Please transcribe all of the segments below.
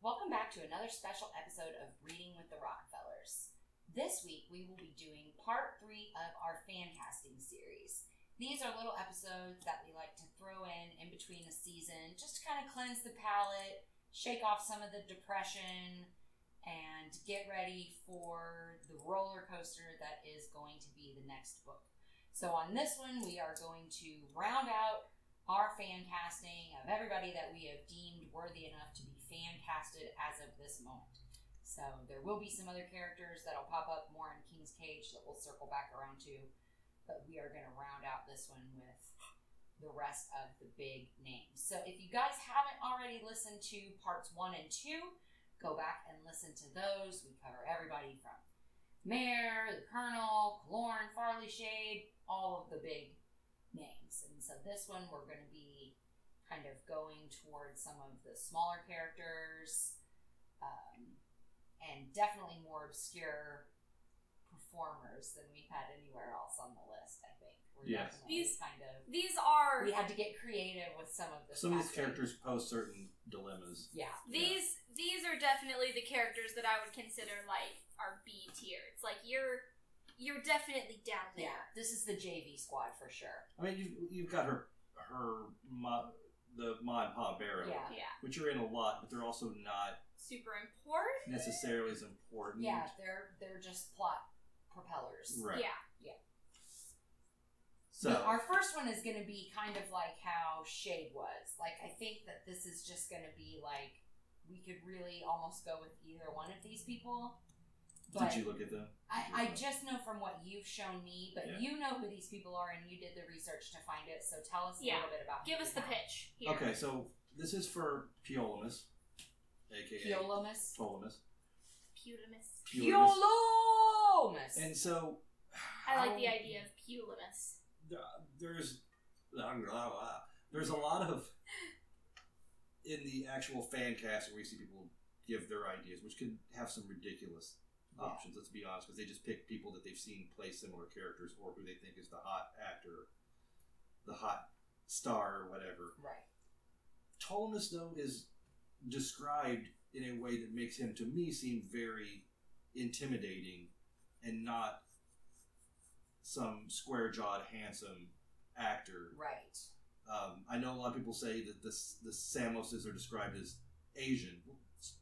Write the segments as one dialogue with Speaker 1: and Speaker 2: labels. Speaker 1: Welcome back to another special episode of Reading with the Rockefellers. This week we will be doing part three of our fan casting series. These are little episodes that we like to throw in in between the season just to kind of cleanse the palate, shake off some of the depression, and get ready for the roller coaster that is going to be the next book. So, on this one, we are going to round out our fan casting of everybody that we have deemed worthy enough to be fan casted as of this moment. So there will be some other characters that'll pop up more in King's Cage that we'll circle back around to, but we are going to round out this one with the rest of the big names. So if you guys haven't already listened to parts one and two, go back and listen to those. We cover everybody from Mayor, the Colonel, Lauren, Farley Shade, all of the big names. And so this one we're going to be kind of going towards some of the smaller characters um, and definitely more obscure performers than we've had anywhere else on the list, I think. We're
Speaker 2: Yes.
Speaker 1: definitely
Speaker 3: These-
Speaker 1: kind of.
Speaker 3: These are
Speaker 1: We had to get creative with some of the
Speaker 2: Some of these
Speaker 1: acting.
Speaker 2: characters pose certain dilemmas.
Speaker 1: Yeah.
Speaker 3: these these are definitely the characters that I would consider like our B tier. It's like you're you're definitely down there.
Speaker 1: Yeah, this is the JV squad for sure.
Speaker 2: I mean, you've, you've got her her ma, the ma and pa barrel,
Speaker 1: Yeah.
Speaker 2: which are in a lot, but they're also not
Speaker 3: Super important.
Speaker 2: necessarily as important.
Speaker 1: Yeah, they're they're just plot propellers.
Speaker 2: Right.
Speaker 3: Yeah.
Speaker 2: So
Speaker 1: Our first one is going to be kind of like how Shade was. Like I think that this is just going to be like we could really almost go with either one of these people. But
Speaker 2: did you look at them?
Speaker 1: I, I just know from what you've shown me, but
Speaker 2: Yeah.
Speaker 1: you know who these people are and you did the research to find it. So tell us a
Speaker 3: Yeah.
Speaker 1: little bit about.
Speaker 3: Give
Speaker 1: who
Speaker 3: us
Speaker 1: they
Speaker 3: the
Speaker 1: are.
Speaker 3: pitch here.
Speaker 2: Okay, so this is for Peolamus, aka
Speaker 1: Peolomus.
Speaker 2: Ptolomus.
Speaker 3: Pulamus.
Speaker 2: Peolamus.
Speaker 1: Peolomus.
Speaker 2: And so,
Speaker 3: I like the idea of Pulamus.
Speaker 2: there's there's a lot of in the actual fan cast where you see people give their ideas, which can have some ridiculous
Speaker 1: Yeah.
Speaker 2: options. Let's be honest, because they just pick people that they've seen play similar characters or who they think is the hot actor, the hot star, or whatever.
Speaker 1: Right.
Speaker 2: Tallness, though, is described in a way that makes him, to me, seem very intimidating and not some square jawed, handsome actor.
Speaker 1: Right.
Speaker 2: Um, I know a lot of people say that this, the Samoses are described as Asian. Well, s-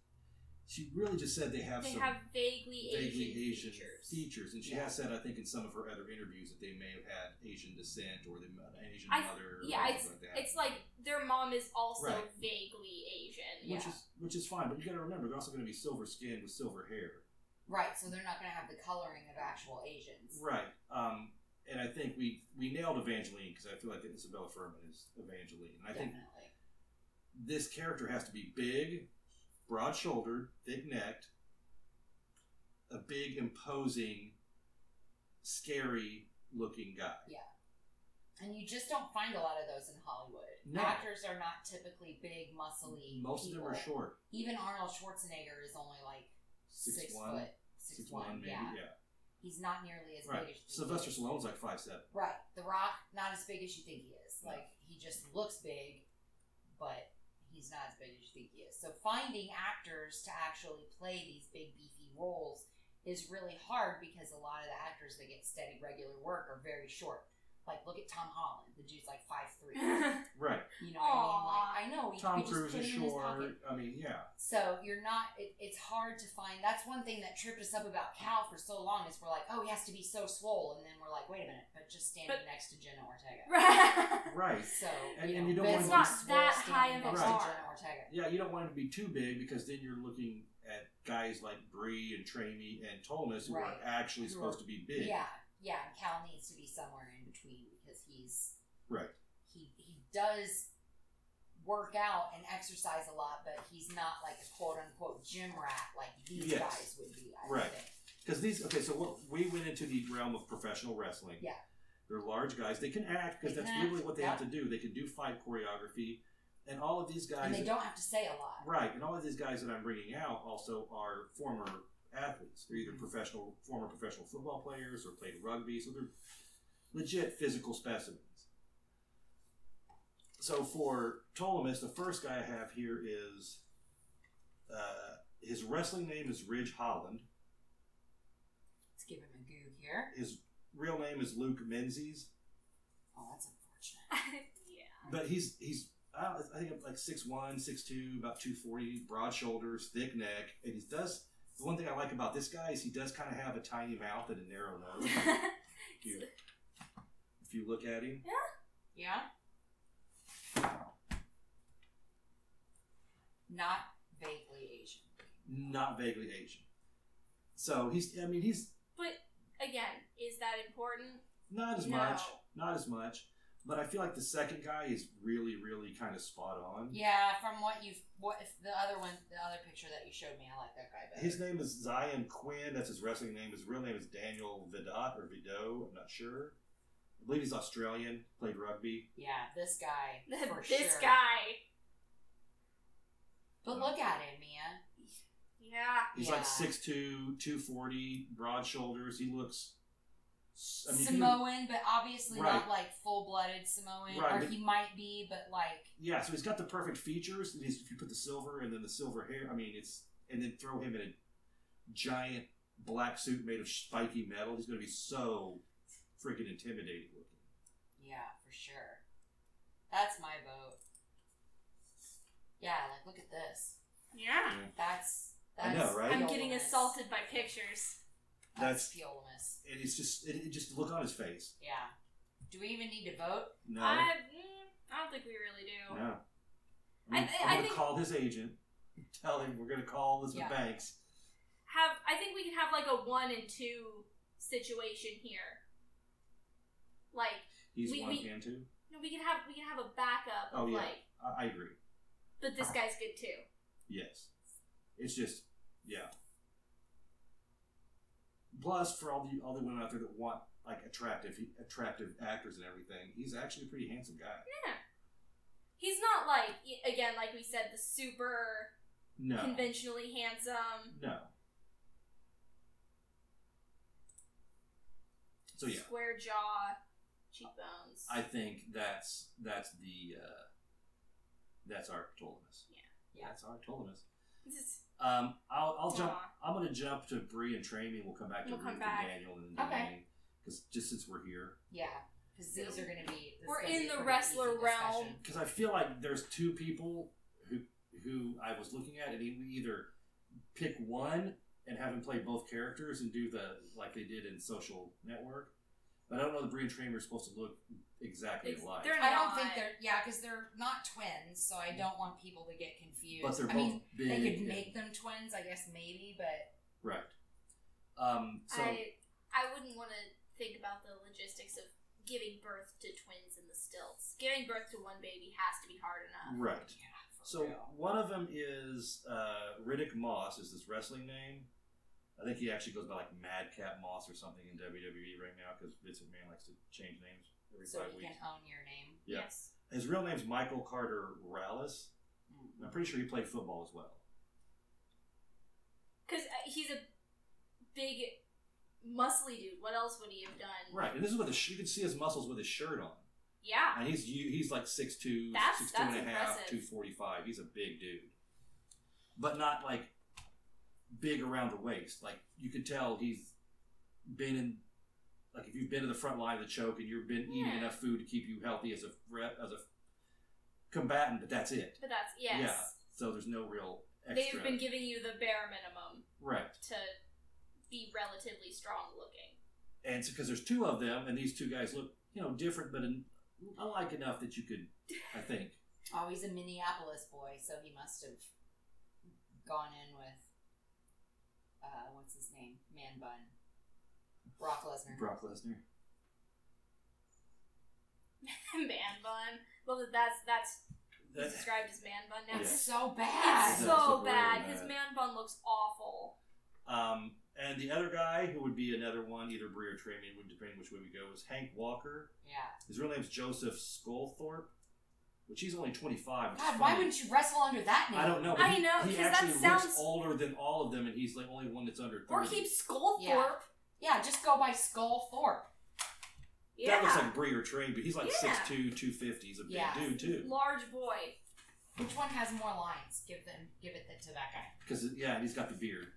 Speaker 2: She really just said they have
Speaker 3: They
Speaker 2: some
Speaker 3: have vaguely,
Speaker 2: vaguely Asian,
Speaker 3: Asian,
Speaker 2: features.
Speaker 3: features.
Speaker 2: and she has said, I think, in some of her other interviews, that they may have had Asian descent or they, an Asian
Speaker 3: I-
Speaker 2: mother, or
Speaker 3: yeah,
Speaker 2: something like that.
Speaker 3: It's like their mom is also
Speaker 2: Right.
Speaker 3: vaguely Asian.
Speaker 2: which
Speaker 1: Yeah.
Speaker 2: is which is fine. But you got to remember, they're also going to be silver skinned with silver hair,
Speaker 1: Right. So they're not going to have the coloring of actual Asians.
Speaker 2: right? Um, and I think we we nailed Evangeline because I feel like Isabella Furman is Evangeline, and I think
Speaker 1: Definitely.
Speaker 2: this character has to be big, broad shouldered, thick necked, a big, imposing, scary looking guy.
Speaker 1: And you just don't find a lot of those in Hollywood.
Speaker 2: No.
Speaker 1: Actors are not typically big, muscly.
Speaker 2: Most of them are
Speaker 1: people.
Speaker 2: short,
Speaker 1: Even Arnold Schwarzenegger is only like six,
Speaker 2: six, one,
Speaker 1: foot, six, one,
Speaker 2: maybe,
Speaker 1: yeah.
Speaker 2: yeah.
Speaker 1: He's not nearly as big
Speaker 2: Right.
Speaker 1: as you
Speaker 2: Sylvester
Speaker 1: think.
Speaker 2: Stallone's like five seven.
Speaker 1: Right. The Rock, not as big as you think he is.
Speaker 2: No.
Speaker 1: Like he just looks big, but he's not as big as you think he is. So finding actors to actually play these big beefy roles is really hard because a lot of the actors that get steady regular work are very short. Like look at Tom Holland. The dude's like five three.
Speaker 2: Right.
Speaker 1: You know what
Speaker 3: Aw.
Speaker 1: I mean? Like I know we,
Speaker 2: Tom
Speaker 1: we just
Speaker 2: Cruise
Speaker 1: put it
Speaker 2: is
Speaker 1: in his pocket.
Speaker 2: short. I mean, yeah.
Speaker 1: So you're not. It, it's hard to find. That's one thing that tripped us up about Cal for so long is we're like, oh, he has to be so swole, and then we're like, wait a minute, but just standing
Speaker 3: But-
Speaker 1: next to Jenna Ortega.
Speaker 3: Right.
Speaker 2: Right.
Speaker 1: So
Speaker 2: And-
Speaker 1: you
Speaker 2: and
Speaker 1: know,
Speaker 2: you don't
Speaker 1: but
Speaker 2: want
Speaker 1: it's
Speaker 2: to
Speaker 1: not
Speaker 2: be
Speaker 1: swole
Speaker 3: that
Speaker 1: standing
Speaker 3: high of a
Speaker 1: next
Speaker 2: Right.
Speaker 1: to
Speaker 3: bar.
Speaker 1: Jenna Ortega.
Speaker 2: Yeah, you don't want him to be too big because then you're looking at guys like Bree and Tramie and Tolness who
Speaker 1: Right.
Speaker 2: are actually
Speaker 1: Who are-
Speaker 2: supposed to be big.
Speaker 1: Yeah, yeah. and Cal needs to be somewhere in between because he's
Speaker 2: Right.
Speaker 1: He he does work out and exercise a lot, but he's not like a quote unquote gym rat like these
Speaker 2: Yes.
Speaker 1: guys would be. I
Speaker 2: Right.
Speaker 1: Think.
Speaker 2: Because these, okay, so what, we went into the realm of professional wrestling.
Speaker 1: Yeah.
Speaker 2: They're large guys. They can act because
Speaker 1: They
Speaker 2: that's
Speaker 1: can act,
Speaker 2: really what they
Speaker 1: yeah.
Speaker 2: have to do. They can do fight choreography. And all of these guys.
Speaker 1: And they don't have to say a lot.
Speaker 2: Right, and all of these guys that I'm bringing out also are former athletes. They're either professional, former professional football players, or played rugby, so they're legit physical specimens. So for Ptolemus, the first guy I have here is Uh, his wrestling name is Ridge Holland.
Speaker 1: Let's give him a goog here.
Speaker 2: His real name is Luke Menzies,
Speaker 1: Oh, that's unfortunate.
Speaker 3: yeah.
Speaker 2: but he's he's I don't- I think I'm like 6'1", 6'2", about two forty, broad shoulders, thick neck, and he does. The one thing I like about this guy is he does kind of have a tiny mouth and a narrow nose. if, you, if you look at him,
Speaker 1: Yeah? Not vaguely Asian.
Speaker 2: not vaguely Asian. So he's I mean he's
Speaker 3: Again, is that important?
Speaker 2: not as
Speaker 3: No.
Speaker 2: much, not as much, but I feel like the second guy is really really kind of spot on.
Speaker 1: Yeah, from what you've what if the other one the other picture that you showed me, I like that guy better.
Speaker 2: His name is Zion Quinn. That's his wrestling name. His real name is Daniel Vidot or Vidot. I'm not sure. I believe he's Australian. Played rugby.
Speaker 1: Yeah, this guy for
Speaker 3: this
Speaker 1: sure.
Speaker 3: guy.
Speaker 1: But look at him, Mia.
Speaker 3: Yeah.
Speaker 2: He's
Speaker 1: Yeah.
Speaker 2: like 6'2", 240, broad shoulders. He looks. I mean, he-
Speaker 1: Samoan, but obviously
Speaker 2: Right.
Speaker 1: not like full blooded Samoan,
Speaker 2: Right,
Speaker 1: or
Speaker 2: but-
Speaker 1: he might be, but like
Speaker 2: yeah, so he's got the perfect features. And he's, if you put the silver and then the silver hair, I mean, it's and then throw him in a giant black suit made of spiky metal. He's going to be so freaking intimidating looking.
Speaker 1: yeah, for sure. That's my vote. Yeah, like look at this.
Speaker 3: Yeah.
Speaker 1: That's
Speaker 2: I
Speaker 1: that's
Speaker 2: know, right?
Speaker 3: I'm getting
Speaker 1: fuelness.
Speaker 3: assaulted by pictures.
Speaker 1: That's
Speaker 2: That's-
Speaker 1: fuelness.
Speaker 2: And it's just it, it just the look on his face.
Speaker 1: Yeah. Do we even need to vote?
Speaker 2: No.
Speaker 3: I, mm, I don't think we really do.
Speaker 2: No.
Speaker 3: I
Speaker 2: I'm,
Speaker 3: thi-
Speaker 2: I'm
Speaker 3: I
Speaker 2: gonna
Speaker 3: think-
Speaker 2: call his agent, tell him we're gonna call Elizabeth
Speaker 1: Yeah.
Speaker 2: Banks.
Speaker 3: Have I think we can have like a one and two situation here. Like
Speaker 2: He's
Speaker 3: We-
Speaker 2: one
Speaker 3: we-
Speaker 2: and two.
Speaker 3: no, we can have we can have a backup.
Speaker 2: Oh,
Speaker 3: of
Speaker 2: yeah.
Speaker 3: Like,
Speaker 2: I, I agree.
Speaker 3: but this guy's good too.
Speaker 2: Yes. It's just yeah. Plus, for all the all the women out there that want like attractive attractive actors and everything, he's actually a pretty handsome guy.
Speaker 3: He's not like y- again, like we said, the super
Speaker 2: No.
Speaker 3: conventionally handsome
Speaker 2: No. So yeah.
Speaker 3: square jaw, cheekbones.
Speaker 2: I think that's that's the uh, that's our Ptolemus.
Speaker 3: Yeah.
Speaker 1: Yeah.
Speaker 2: That's our Ptolemus.
Speaker 3: This is-
Speaker 2: Um, I'll, I'll jump.
Speaker 3: Aw.
Speaker 2: I'm gonna jump to Bree and Trainee. We'll come back to
Speaker 3: We'll come
Speaker 2: Ruth
Speaker 3: back.
Speaker 2: and Daniel and
Speaker 1: Okay.
Speaker 2: because just since we're here,
Speaker 1: Yeah, because these are going to be. this is
Speaker 3: We're
Speaker 1: gonna be
Speaker 3: in
Speaker 1: a
Speaker 3: the
Speaker 1: pretty
Speaker 3: wrestler
Speaker 1: easy
Speaker 3: realm.
Speaker 1: discussion.
Speaker 2: because I feel like there's two people who who I was looking at, and e, we either pick one and have him play both characters and do the like they did in Social Network. But I don't know that Bree and Trainee are supposed to look exactly
Speaker 3: Ex-
Speaker 2: alike.
Speaker 3: they're
Speaker 1: I don't think
Speaker 3: not.
Speaker 1: they're yeah, because they're not twins, so I don't want people to get confused.
Speaker 2: But they're
Speaker 1: I
Speaker 2: both
Speaker 1: mean,
Speaker 2: big.
Speaker 1: they could
Speaker 2: and-
Speaker 1: make them twins, I guess maybe, but
Speaker 2: Right. Um, so
Speaker 3: I I wouldn't want to think about the logistics of giving birth to twins in the stilts. Giving birth to one baby has to be hard enough.
Speaker 2: right.
Speaker 1: yeah, for
Speaker 2: So
Speaker 1: real.
Speaker 2: one of them is uh, Riddick Moss. Is this wrestling name? I think he actually goes by like Madcap Moss or something in WWE right now because Vince McMahon likes to change names every
Speaker 1: so
Speaker 2: five
Speaker 1: you
Speaker 2: weeks.
Speaker 1: can own your name.
Speaker 2: Yeah.
Speaker 3: Yes.
Speaker 2: His real name's Michael Carter Rallis.
Speaker 1: Mm.
Speaker 2: and I'm pretty sure he played football as well.
Speaker 3: Because uh, he's a big, muscly dude. What else would he have
Speaker 1: Mm.
Speaker 3: done?
Speaker 2: Right, and this is with a sh- you can see his muscles with his shirt on,
Speaker 3: Yeah.
Speaker 2: and he's you- he's like six two,
Speaker 3: That's-
Speaker 2: six two and a half,
Speaker 3: that's impressive.
Speaker 2: two forty five. He's a big dude, but not like big around the waist. Like you could tell he's been in. Like if you've been to the front line of the choke and you've been eating
Speaker 3: Yeah.
Speaker 2: enough food to keep you healthy as a re- as a combatant, but that's it.
Speaker 3: But that's yes.
Speaker 2: Yeah. So there's no real extra.
Speaker 3: They've been giving you the bare minimum
Speaker 2: right.
Speaker 3: to be relatively strong looking.
Speaker 2: and it's because there's two of them, and these two guys look, you know, different, but in, alike enough that you could, I think,
Speaker 1: Oh, he's a Minneapolis boy, so he must have gone in with uh, what's his name, Man Bun, Brock Lesnar.
Speaker 2: Brock Lesnar.
Speaker 3: man bun. Well, that- that's that's he's
Speaker 2: That's,
Speaker 3: described as man bun now.
Speaker 1: It's
Speaker 2: Yeah.
Speaker 1: so
Speaker 3: It's
Speaker 1: bad.
Speaker 2: Yeah.
Speaker 3: so
Speaker 2: That's
Speaker 3: bad.
Speaker 2: really
Speaker 3: His
Speaker 2: bad.
Speaker 3: man bun looks awful.
Speaker 2: um, and the other guy, who would be another one, either Bree or Tramian, depending which way we go, is Hank Walker.
Speaker 1: yeah.
Speaker 2: His real name's Joseph Skolthorpe, which he's only 25. which is
Speaker 1: God, why
Speaker 2: funny.
Speaker 1: wouldn't you wrestle under that name?
Speaker 2: I don't know. but
Speaker 3: I
Speaker 2: he-
Speaker 3: know,
Speaker 2: He
Speaker 3: 'cause that
Speaker 2: actually
Speaker 3: sounds-
Speaker 2: looks older than all of them, and he's the only one that's under 30.
Speaker 3: Or keep Skullthorpe.
Speaker 1: Yeah. Yeah, just go by Skull Thorpe.
Speaker 3: Yeah.
Speaker 2: That looks like Bree or Train, but he's like
Speaker 3: Yeah.
Speaker 2: 6'2", 250. He's a big
Speaker 1: Yeah.
Speaker 2: dude, too.
Speaker 3: large boy.
Speaker 1: Which one has more lines? Give them, give it to that guy.
Speaker 2: Because yeah, and he's got the beard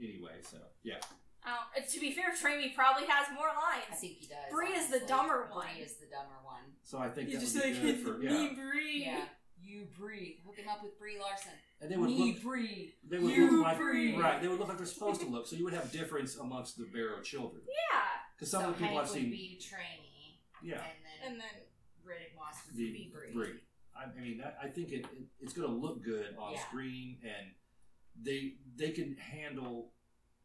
Speaker 2: anyway. So yeah,
Speaker 3: Oh, uh, to be fair, Traimi probably has more
Speaker 1: I
Speaker 3: lines.
Speaker 1: think he does.
Speaker 3: Bree is the
Speaker 1: honestly.
Speaker 3: dumber one.
Speaker 1: Bree is the dumber one.
Speaker 2: so I think
Speaker 4: He's
Speaker 2: that
Speaker 4: just
Speaker 2: would be
Speaker 4: like
Speaker 2: good for yeah.
Speaker 4: me, Bree.
Speaker 1: Yeah. You Bree. Hook him up with Bree Larson.
Speaker 2: And they would
Speaker 1: Me
Speaker 2: look
Speaker 1: Bree.
Speaker 2: they would
Speaker 4: you
Speaker 2: look like
Speaker 4: breed.
Speaker 2: right. They would look like they're supposed to look. So you would have difference amongst the Barrow children
Speaker 3: Yeah.
Speaker 2: because some
Speaker 1: so
Speaker 2: of the people
Speaker 1: Hank
Speaker 2: I've
Speaker 1: would
Speaker 2: seen
Speaker 1: be Trainee,
Speaker 2: yeah.
Speaker 1: and then
Speaker 4: And then
Speaker 1: Riddick Moss would
Speaker 2: The
Speaker 1: be Bree.
Speaker 2: Bree. I, I mean, that, I think it, it it's going to look good on
Speaker 1: Yeah.
Speaker 2: screen, and they they can handle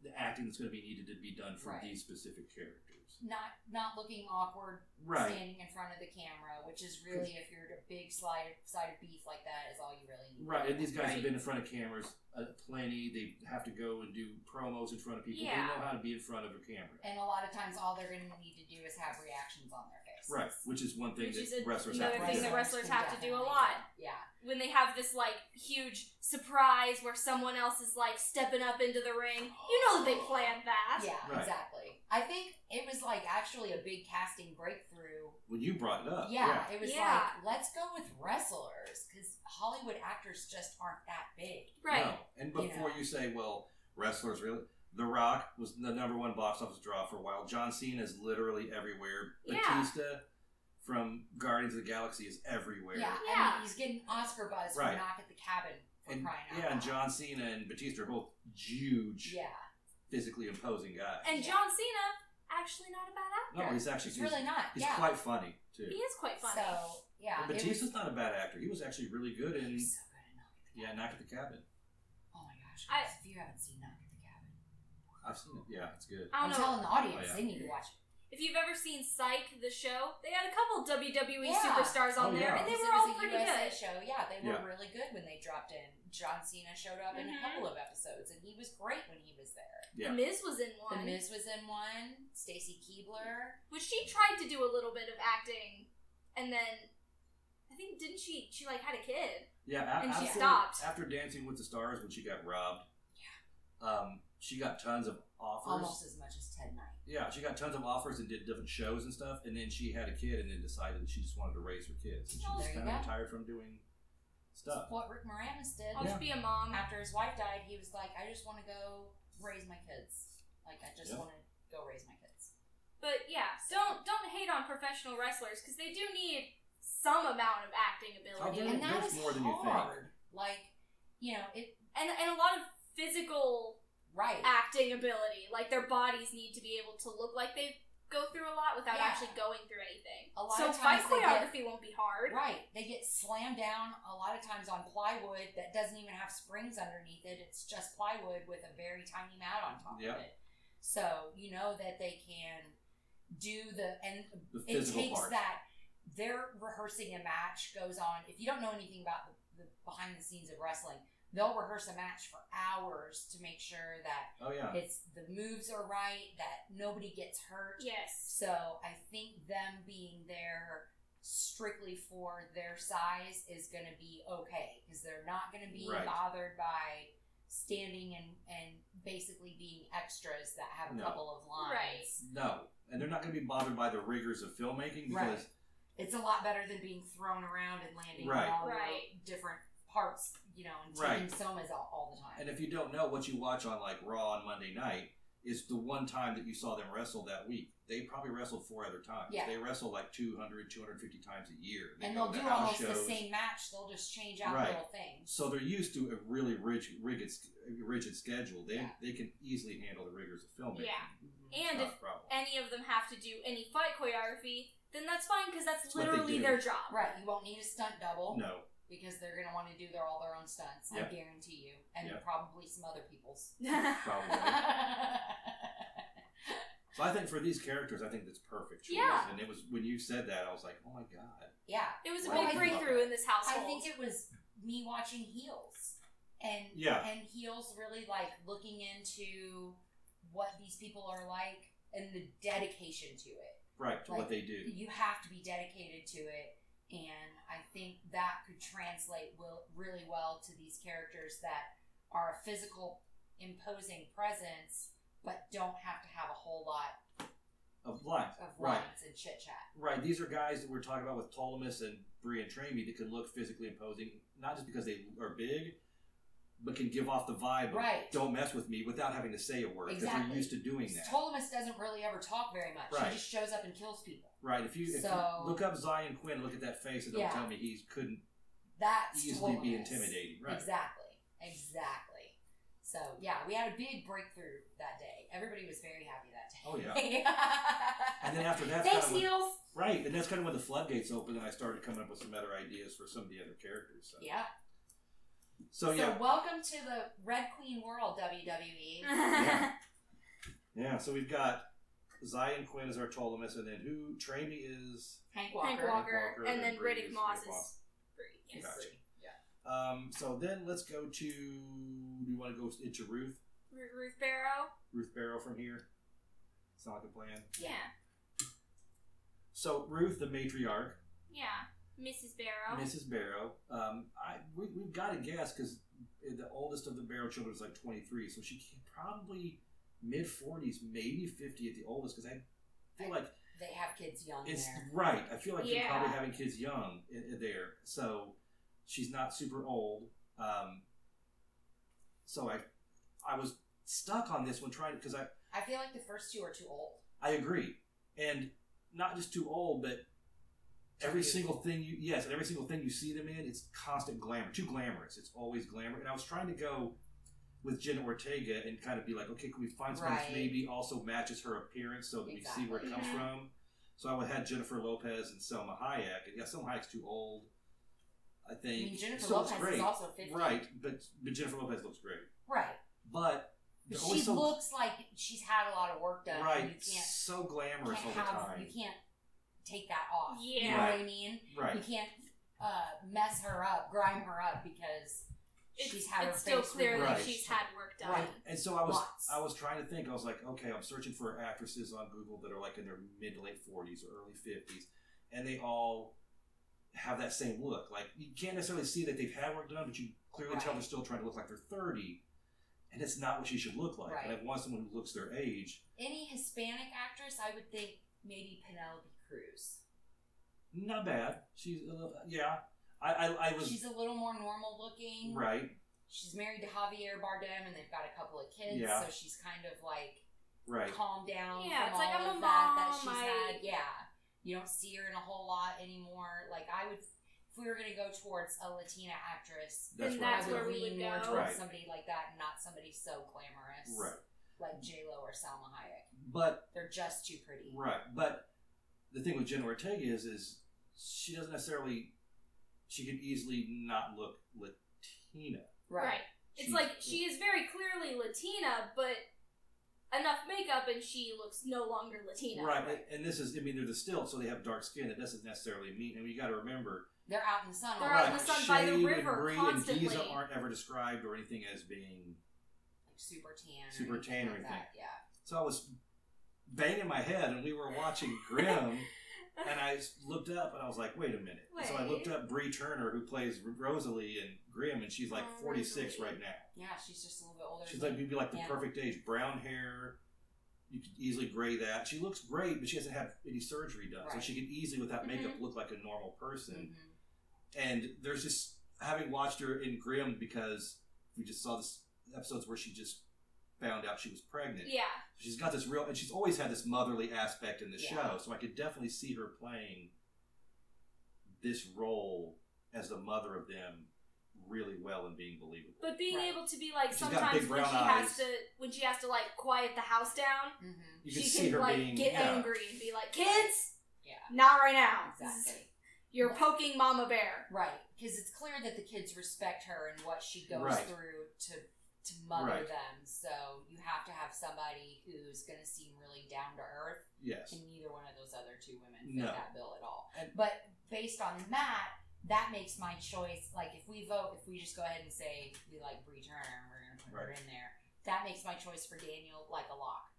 Speaker 2: the acting that's going to be needed to be done for
Speaker 1: Right.
Speaker 2: these specific characters.
Speaker 1: Not not looking awkward
Speaker 2: Right.
Speaker 1: standing in front of the camera, which is really if you're a big slide side of beef like that is all you really need.
Speaker 2: Right, and these guys
Speaker 4: Right.
Speaker 2: have been in front of cameras uh, plenty. They have to go and do promos in front of people.
Speaker 3: Yeah.
Speaker 2: They know how to be in front of a camera.
Speaker 1: And a lot of times, all they're going to need to do is have reactions on their face.
Speaker 2: right, which is one thing
Speaker 3: Which is
Speaker 2: that
Speaker 3: a-
Speaker 2: wrestlers
Speaker 3: another
Speaker 2: have
Speaker 3: thing
Speaker 2: to do.
Speaker 3: that wrestlers have to do a
Speaker 1: Definitely.
Speaker 3: lot.
Speaker 1: Yeah.
Speaker 3: When they have this like huge surprise where someone else is like stepping up into the ring, you know that they planned that.
Speaker 1: Yeah,
Speaker 2: Right.
Speaker 1: exactly. I think it was like actually a big casting breakthrough.
Speaker 2: When you brought it up,
Speaker 1: yeah, it was
Speaker 3: Yeah.
Speaker 1: like let's go with wrestlers because Hollywood actors just aren't that big.
Speaker 3: Right.
Speaker 2: No. And before
Speaker 1: Yeah.
Speaker 2: you say, well, wrestlers really. The Rock was the number one box office draw for a while. John Cena is literally everywhere.
Speaker 3: Yeah.
Speaker 2: Batista from Guardians of the Galaxy is everywhere.
Speaker 1: Yeah, I
Speaker 3: Yeah.
Speaker 1: mean, he's getting Oscar buzz
Speaker 2: Right.
Speaker 1: for Knock at the Cabin for
Speaker 2: And,
Speaker 1: crying out
Speaker 2: yeah, and
Speaker 1: loud.
Speaker 2: John Cena and Batista are both huge,
Speaker 1: Yeah,
Speaker 2: physically imposing guys.
Speaker 3: And
Speaker 1: Yeah.
Speaker 3: John Cena, actually not a bad actor.
Speaker 2: no, he's actually
Speaker 1: it's
Speaker 2: he's-
Speaker 1: really not.
Speaker 2: He's
Speaker 1: yeah,
Speaker 2: quite funny too.
Speaker 3: He is quite funny.
Speaker 1: so yeah,
Speaker 2: And
Speaker 1: it was-
Speaker 2: Batista's not a bad actor. He was actually really good in
Speaker 1: he's so good at Knock at the
Speaker 2: yeah,
Speaker 1: Cabin.
Speaker 2: Knock at the Cabin.
Speaker 1: Oh my gosh,
Speaker 3: I-
Speaker 1: guys, if you haven't seen Knock at the Cabin,
Speaker 2: I've seen it. Yeah, it's good.
Speaker 3: I
Speaker 1: I'm
Speaker 3: don't know.
Speaker 1: telling the audience
Speaker 2: Oh, yeah.
Speaker 1: they need to watch it.
Speaker 3: If you've ever seen Psych, the show, they had a couple WWE
Speaker 1: Yeah.
Speaker 3: superstars on
Speaker 2: Oh,
Speaker 3: there,
Speaker 2: yeah.
Speaker 3: and they
Speaker 1: Because
Speaker 3: were
Speaker 1: it was
Speaker 3: all
Speaker 1: a
Speaker 3: pretty
Speaker 1: USA
Speaker 3: good.
Speaker 1: Show, yeah, they were
Speaker 2: Yeah.
Speaker 1: really good when they dropped in. John Cena showed up in a
Speaker 3: Mhm.
Speaker 1: couple of episodes, and he was great when he was there.
Speaker 2: Yeah.
Speaker 3: The Miz was in one,
Speaker 1: The Miz was in one. Stacy Keebler.
Speaker 3: which she tried to do a little bit of acting, and then I think didn't she? She like had a kid.
Speaker 2: Yeah, a-
Speaker 3: And
Speaker 2: after,
Speaker 3: she stopped.
Speaker 2: after Dancing with the Stars when she got robbed. Yeah. Um, she got tons of offers.
Speaker 1: Almost as much as Ted Knight.
Speaker 2: Yeah, she got tons of offers and did different shows and stuff, and then she had a kid and then decided that she just wanted to raise her kids. And she
Speaker 1: Oh,
Speaker 2: was
Speaker 1: there you
Speaker 2: kind of
Speaker 1: go.
Speaker 2: retired from doing
Speaker 1: It's
Speaker 2: stuff.
Speaker 1: What Rick Moranis did.
Speaker 3: I'll just be a mom.
Speaker 1: After his wife died, he was like, I just want to go raise my kids. Like, I just
Speaker 2: Yeah.
Speaker 1: want to go raise my kids.
Speaker 3: But yeah, don't don't hate on professional wrestlers because they do need some amount of acting ability,
Speaker 2: Yeah,
Speaker 1: And that
Speaker 2: there's
Speaker 1: is
Speaker 2: more than you think.
Speaker 1: hard. Like, you know, it
Speaker 3: and and a lot of physical
Speaker 1: right.
Speaker 3: acting ability. Like their bodies need to be able to look like they go through a lot without
Speaker 1: Yeah.
Speaker 3: actually going through anything.
Speaker 1: A lot
Speaker 3: so
Speaker 1: of times
Speaker 3: fight
Speaker 1: they get-
Speaker 3: choreography won't be hard.
Speaker 1: Right. They get slammed down a lot of times on plywood that doesn't even have springs underneath it. It's just plywood with a very tiny mat on top
Speaker 2: Yep.
Speaker 1: of it. So you know that they can do the and
Speaker 2: The
Speaker 1: it
Speaker 2: physical
Speaker 1: takes
Speaker 2: part.
Speaker 1: that they're rehearsing a match goes on. If you don't know anything about the, the behind the scenes of wrestling, they'll rehearse a match for hours to make sure that
Speaker 2: Oh yeah.
Speaker 1: it's the moves are right, that nobody gets hurt.
Speaker 3: Yes.
Speaker 1: So I think them being there strictly for their size is going to be okay because they're not going to be
Speaker 2: Right.
Speaker 1: bothered by standing and, and basically being extras that have a
Speaker 2: No.
Speaker 1: couple of lines.
Speaker 3: Right.
Speaker 2: No, and they're not going to be bothered by the rigors of filmmaking
Speaker 1: Right.
Speaker 2: because
Speaker 1: It's a lot better than being thrown around and landing
Speaker 2: Right.
Speaker 1: on all your
Speaker 3: Right.
Speaker 1: different parts, you know, and
Speaker 2: Right.
Speaker 1: taking somas out all the time.
Speaker 2: And if you don't know what you watch on like Raw on Monday night is the one time that you saw them wrestle that week. They probably wrestled four other times.
Speaker 1: Yeah.
Speaker 2: They wrestle like 200, 250 times a year. They
Speaker 1: and
Speaker 2: go
Speaker 1: they'll
Speaker 2: to
Speaker 1: do
Speaker 2: house
Speaker 1: almost the
Speaker 2: shows.
Speaker 1: same match. They'll just change out
Speaker 2: Right.
Speaker 1: little things.
Speaker 2: So they're used to a really rigid, rigid, rigid schedule. They
Speaker 1: Yeah.
Speaker 2: they can easily handle the rigors of filmmaking.
Speaker 3: Yeah.
Speaker 1: Mhm.
Speaker 2: It's
Speaker 3: And
Speaker 2: not
Speaker 3: if
Speaker 2: a problem.
Speaker 3: any of them have to do any fight choreography, then that's fine because that's
Speaker 2: It's what they
Speaker 3: literally
Speaker 2: do.
Speaker 3: their job.
Speaker 1: Right. You won't need a stunt double.
Speaker 2: no,
Speaker 1: because they're going to want to do their all their own stunts.
Speaker 2: Yep.
Speaker 1: I guarantee you, and
Speaker 2: Yep.
Speaker 1: probably some other people's.
Speaker 2: probably. so I think for these characters, I think that's perfect. choice.
Speaker 3: Yeah.
Speaker 2: And it was when you said that, I was like, oh my god.
Speaker 1: yeah,
Speaker 3: it was a
Speaker 2: Well,
Speaker 3: big
Speaker 1: I think-
Speaker 3: breakthrough in this
Speaker 1: I
Speaker 3: household.
Speaker 1: think it was me watching Heels, and
Speaker 2: Yeah.
Speaker 1: and Heels really like looking into what these people are like and the dedication to it.
Speaker 2: Right to
Speaker 1: Like,
Speaker 2: what they do.
Speaker 1: You have to be dedicated to it. And I think that could translate will, really well to these characters that are a physical, imposing presence, but don't have to have a whole lot
Speaker 2: of lines.
Speaker 1: of
Speaker 2: Right.
Speaker 1: lines and chit chat.
Speaker 2: Right, these are guys that we're talking about with Ptolemus and Brian Tramy that can look physically imposing, not just because they are big, but can give off the vibe of
Speaker 1: Right.
Speaker 2: "don't mess with me" without having to say a word because
Speaker 1: Exactly.
Speaker 2: we're used to doing that.
Speaker 1: Ptolemus doesn't really ever talk very much.
Speaker 2: Right.
Speaker 1: He just shows up and kills people.
Speaker 2: right? If you, if
Speaker 1: So-
Speaker 2: you look up Zion Quinn, look at that face, and don't
Speaker 1: Yeah.
Speaker 2: tell me he couldn't
Speaker 1: That's
Speaker 2: easily be
Speaker 1: Ptolemus.
Speaker 2: intimidating. Right?
Speaker 1: Exactly. Exactly. So yeah, we had a big breakthrough that day. Everybody was very happy that day.
Speaker 2: Oh yeah. And
Speaker 1: yeah.
Speaker 2: then after that,
Speaker 1: Thanks,
Speaker 2: kinda when-
Speaker 1: Niels.
Speaker 2: right, and that's kind of when the floodgates opened, and I started coming up with some other ideas for some of the other characters. So,
Speaker 1: Yeah.
Speaker 2: so yeah,
Speaker 1: welcome to the Red Queen world, E. WWE.
Speaker 2: Yeah. yeah. So we've got Zion Quinn as our Ptolemus, and then who Tramy is.
Speaker 1: Hank Walker.
Speaker 3: Hank Walker,
Speaker 2: Walker
Speaker 3: and
Speaker 2: and
Speaker 3: then
Speaker 2: Bree
Speaker 3: Riddick
Speaker 2: is
Speaker 3: Moss
Speaker 2: Riddick
Speaker 3: is
Speaker 2: Moss.
Speaker 3: Bree.
Speaker 1: Yes.
Speaker 3: Yes.
Speaker 2: Gotcha. Um, so then let's go to. Do you want to go into Ruth?
Speaker 3: Ru- Ruth Barrow.
Speaker 2: Ruth Barrow from here. Sound like a plan?
Speaker 3: Yeah.
Speaker 2: So Ruth, the matriarch,
Speaker 3: Yeah. Mrs. Barrow.
Speaker 2: Mrs. Barrow. Um, I we, we've got to guess because the oldest of the Barrow children is like 23, so she can probably mid 40s, maybe 50 at the oldest. Because I feel like
Speaker 1: They have kids young
Speaker 2: it's
Speaker 1: there.
Speaker 2: right. I feel like you're
Speaker 3: Yeah.
Speaker 2: probably having kids young i i- there, so she's not super old. Um, so I, I was stuck on this one trying because I
Speaker 1: I feel like the first two are too old.
Speaker 2: I agree, and not just too old, but every
Speaker 1: Too
Speaker 2: single
Speaker 1: old.
Speaker 2: thing you yes, and every single thing you see them in, it's constant glamour, too glamorous. It's always glamour. And I was trying to go with Jenna Ortega and kind of be like, okay, can we find something
Speaker 1: Right.
Speaker 2: that maybe also matches her appearance so that we see where it comes
Speaker 3: Exactly.
Speaker 2: from? So I would have had Jennifer Lopez and Selma Hayek, and yeah, Selma Hayek's too old. I
Speaker 1: I
Speaker 2: think
Speaker 1: mean, Jennifer
Speaker 2: Still looks
Speaker 1: Lopez is also 50.
Speaker 2: right? But but Jennifer Lopez looks great,
Speaker 1: Right.
Speaker 2: but
Speaker 1: But
Speaker 2: they're always
Speaker 1: she
Speaker 2: so-
Speaker 1: looks like she's had a lot of work done.
Speaker 2: right,
Speaker 1: And you can't,
Speaker 2: so
Speaker 1: can't
Speaker 2: glamorous all the
Speaker 1: have,
Speaker 2: time,
Speaker 1: you can't take that off. You know
Speaker 3: Yeah.
Speaker 1: what I mean?
Speaker 2: right?
Speaker 1: You can't uh, mess her up, grime her up because
Speaker 3: It's,
Speaker 1: she's had
Speaker 3: it's
Speaker 1: her
Speaker 3: still
Speaker 1: face
Speaker 3: clear that
Speaker 2: Right.
Speaker 1: removed.
Speaker 3: she's had work done.
Speaker 1: Right.
Speaker 2: And so I was
Speaker 1: Lots.
Speaker 2: I was trying to think. I was like, okay, I'm searching for actresses on Google that are like in their mid to late 40s or early 50s, and they all have that same look. Like you can't necessarily see that they've had work done, but you clearly tell
Speaker 1: Right.
Speaker 2: they're still trying to look like they're 30, and it's not what she should look like. And
Speaker 1: Right.
Speaker 2: I want someone who looks their age.
Speaker 1: Any Hispanic actress, I would think maybe Penelope Cruz.
Speaker 2: Not bad. She's a little, yeah. I I, I was
Speaker 1: She's a little more normal looking.
Speaker 2: right,
Speaker 1: She's married to Javier Bardem, and they've got a couple of kids,
Speaker 2: Yeah.
Speaker 1: so she's kind of like
Speaker 2: right.
Speaker 1: calmed down.
Speaker 3: Yeah,
Speaker 1: from
Speaker 3: it's like,
Speaker 1: all
Speaker 3: I'm
Speaker 1: of
Speaker 3: a
Speaker 1: that, that
Speaker 3: mom,
Speaker 1: she's
Speaker 3: I-
Speaker 1: had. Yeah, you don't see her in a whole lot anymore. Like I would, if we were gonna go towards a Latina actress,
Speaker 2: That's
Speaker 3: and
Speaker 2: where I
Speaker 3: that's
Speaker 1: I
Speaker 2: went.
Speaker 3: where we
Speaker 1: lean
Speaker 3: would
Speaker 1: more
Speaker 3: go.
Speaker 1: towards
Speaker 2: Right.
Speaker 1: somebody like that, and not somebody so glamorous,
Speaker 2: Right,
Speaker 1: Like J Lo or Salma Hayek.
Speaker 2: but
Speaker 1: They're just too pretty.
Speaker 2: Right, but the thing with Jenna Ortega is, is she doesn't necessarily. She could easily not look Latina.
Speaker 3: Right.
Speaker 1: Right.
Speaker 3: It's
Speaker 2: She's-
Speaker 3: like she is very clearly Latina, but enough makeup and she looks no longer Latina.
Speaker 2: Right, and- and this is. I mean, they're distilled, so they have dark skin. It doesn't necessarily mean. I mean, you got to remember.
Speaker 1: They're out in the sun. all
Speaker 3: They're out in
Speaker 1: the
Speaker 3: the
Speaker 1: time.
Speaker 3: sun by the
Speaker 2: Shade
Speaker 3: river
Speaker 2: and Bree
Speaker 3: constantly.
Speaker 2: and Giza aren't ever described or anything as being.
Speaker 1: like super tan, or
Speaker 2: Super
Speaker 1: anything
Speaker 2: tan or
Speaker 1: like that.
Speaker 2: anything.
Speaker 1: Yeah,
Speaker 2: So I was banging my head, and we were watching Grimm, and I s- looked up, and I was like, "Wait a minute." So I looked
Speaker 3: Wait.
Speaker 2: up Bree Turner, who plays R- Rosalie in Grimm, and she's like
Speaker 3: Oh,
Speaker 2: forty six
Speaker 3: Rosalie.
Speaker 2: right now.
Speaker 1: yeah. She's just a little bit older.
Speaker 2: She's
Speaker 1: than
Speaker 2: like, you'd be like the
Speaker 1: Yeah.
Speaker 2: perfect age. Brown hair. You could easily gray that. She looks great, but she hasn't had any surgery done. So
Speaker 1: Right.
Speaker 2: she could easily, without
Speaker 3: Mm-hmm.
Speaker 2: makeup, look like a normal person.
Speaker 1: Mhm.
Speaker 2: And there's just, having watched her in Grimm, because we just saw this episodes where she just found out she was pregnant.
Speaker 3: Yeah.
Speaker 2: She's got this real, and she's always had this motherly aspect in the
Speaker 1: Yeah.
Speaker 2: show. So I could definitely see her playing this role as the mother of them really well and being believable.
Speaker 3: But being
Speaker 1: Right.
Speaker 3: able to be like
Speaker 2: She's got
Speaker 3: sometimes
Speaker 2: big
Speaker 3: when she
Speaker 2: brown
Speaker 3: has
Speaker 2: eyes.
Speaker 3: to when she has to like quiet the house down,
Speaker 1: Mhm.
Speaker 2: you
Speaker 3: she
Speaker 2: could see her
Speaker 3: like
Speaker 2: being
Speaker 3: get
Speaker 2: yeah.
Speaker 3: angry and be like, "Kids,
Speaker 1: Yeah,
Speaker 3: not right now. This is-
Speaker 1: exactly.
Speaker 3: You're poking Mama Bear."
Speaker 1: Right, because it's clear that the kids respect her and what she goes
Speaker 2: Right.
Speaker 1: through to to mother
Speaker 2: Right.
Speaker 1: them. So you have to have somebody who's going to seem really down to earth,
Speaker 2: Yes.
Speaker 1: and neither one of those other two women fit
Speaker 2: No.
Speaker 1: that bill at all.
Speaker 2: And-
Speaker 1: but based on that, that makes my choice. Like if we vote, if we just go ahead and say we like Brie Turner and we're going to put her
Speaker 2: Right.
Speaker 1: in there, that makes my choice for Daniel like a lock.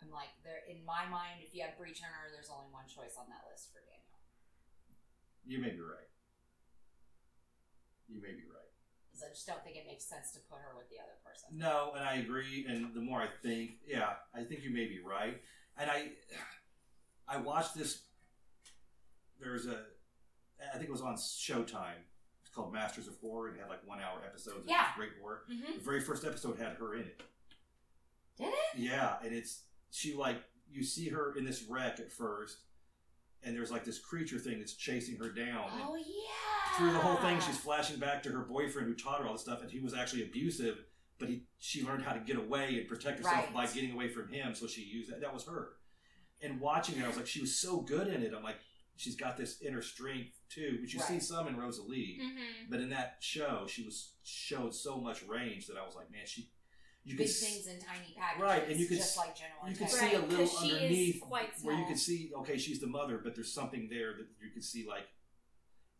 Speaker 1: I'm like there in my mind. If you have Brie Turner, there's only one choice on that list for Daniel.
Speaker 2: You may be right. You may be right.
Speaker 1: Because I just don't think it makes sense to put her with the other person.
Speaker 2: No, and I agree. And the more I think, yeah, I think you may be right. And I, I watched this. There's a, I think it was on Showtime. It's called Masters of Horror. It had like one hour episodes. of
Speaker 1: Yeah.
Speaker 2: Great horror.
Speaker 1: Mm-hmm.
Speaker 2: The very first episode had her in it.
Speaker 1: Did it?
Speaker 2: Yeah, and it's she like you see her in this wreck at first, and there's like this creature thing that's chasing her down. and
Speaker 1: Oh yeah.
Speaker 2: through the whole thing, she's flashing back to her boyfriend who taught her all this stuff, and he was actually abusive. But he, she learned how to get away and protect herself
Speaker 1: Right.
Speaker 2: by getting away from him. So she used that. That was her. And watching it, I was like, she was so good in it. I'm like, she's got this inner strength too. But you see
Speaker 1: Right.
Speaker 2: some in Rosalie,
Speaker 3: Mm-hmm.
Speaker 2: but in that show, she was showed so much range that I was like, man, she. You
Speaker 1: big
Speaker 2: could s-
Speaker 1: things in tiny packages.
Speaker 2: Right, and you could
Speaker 1: just
Speaker 2: s-
Speaker 1: like General
Speaker 2: you could
Speaker 1: Ortega.
Speaker 2: see a
Speaker 3: Right,
Speaker 2: little
Speaker 3: 'cause she is
Speaker 2: underneath
Speaker 3: quite
Speaker 2: where you
Speaker 3: small.
Speaker 2: could see okay she's the mother but there's something there that you could see like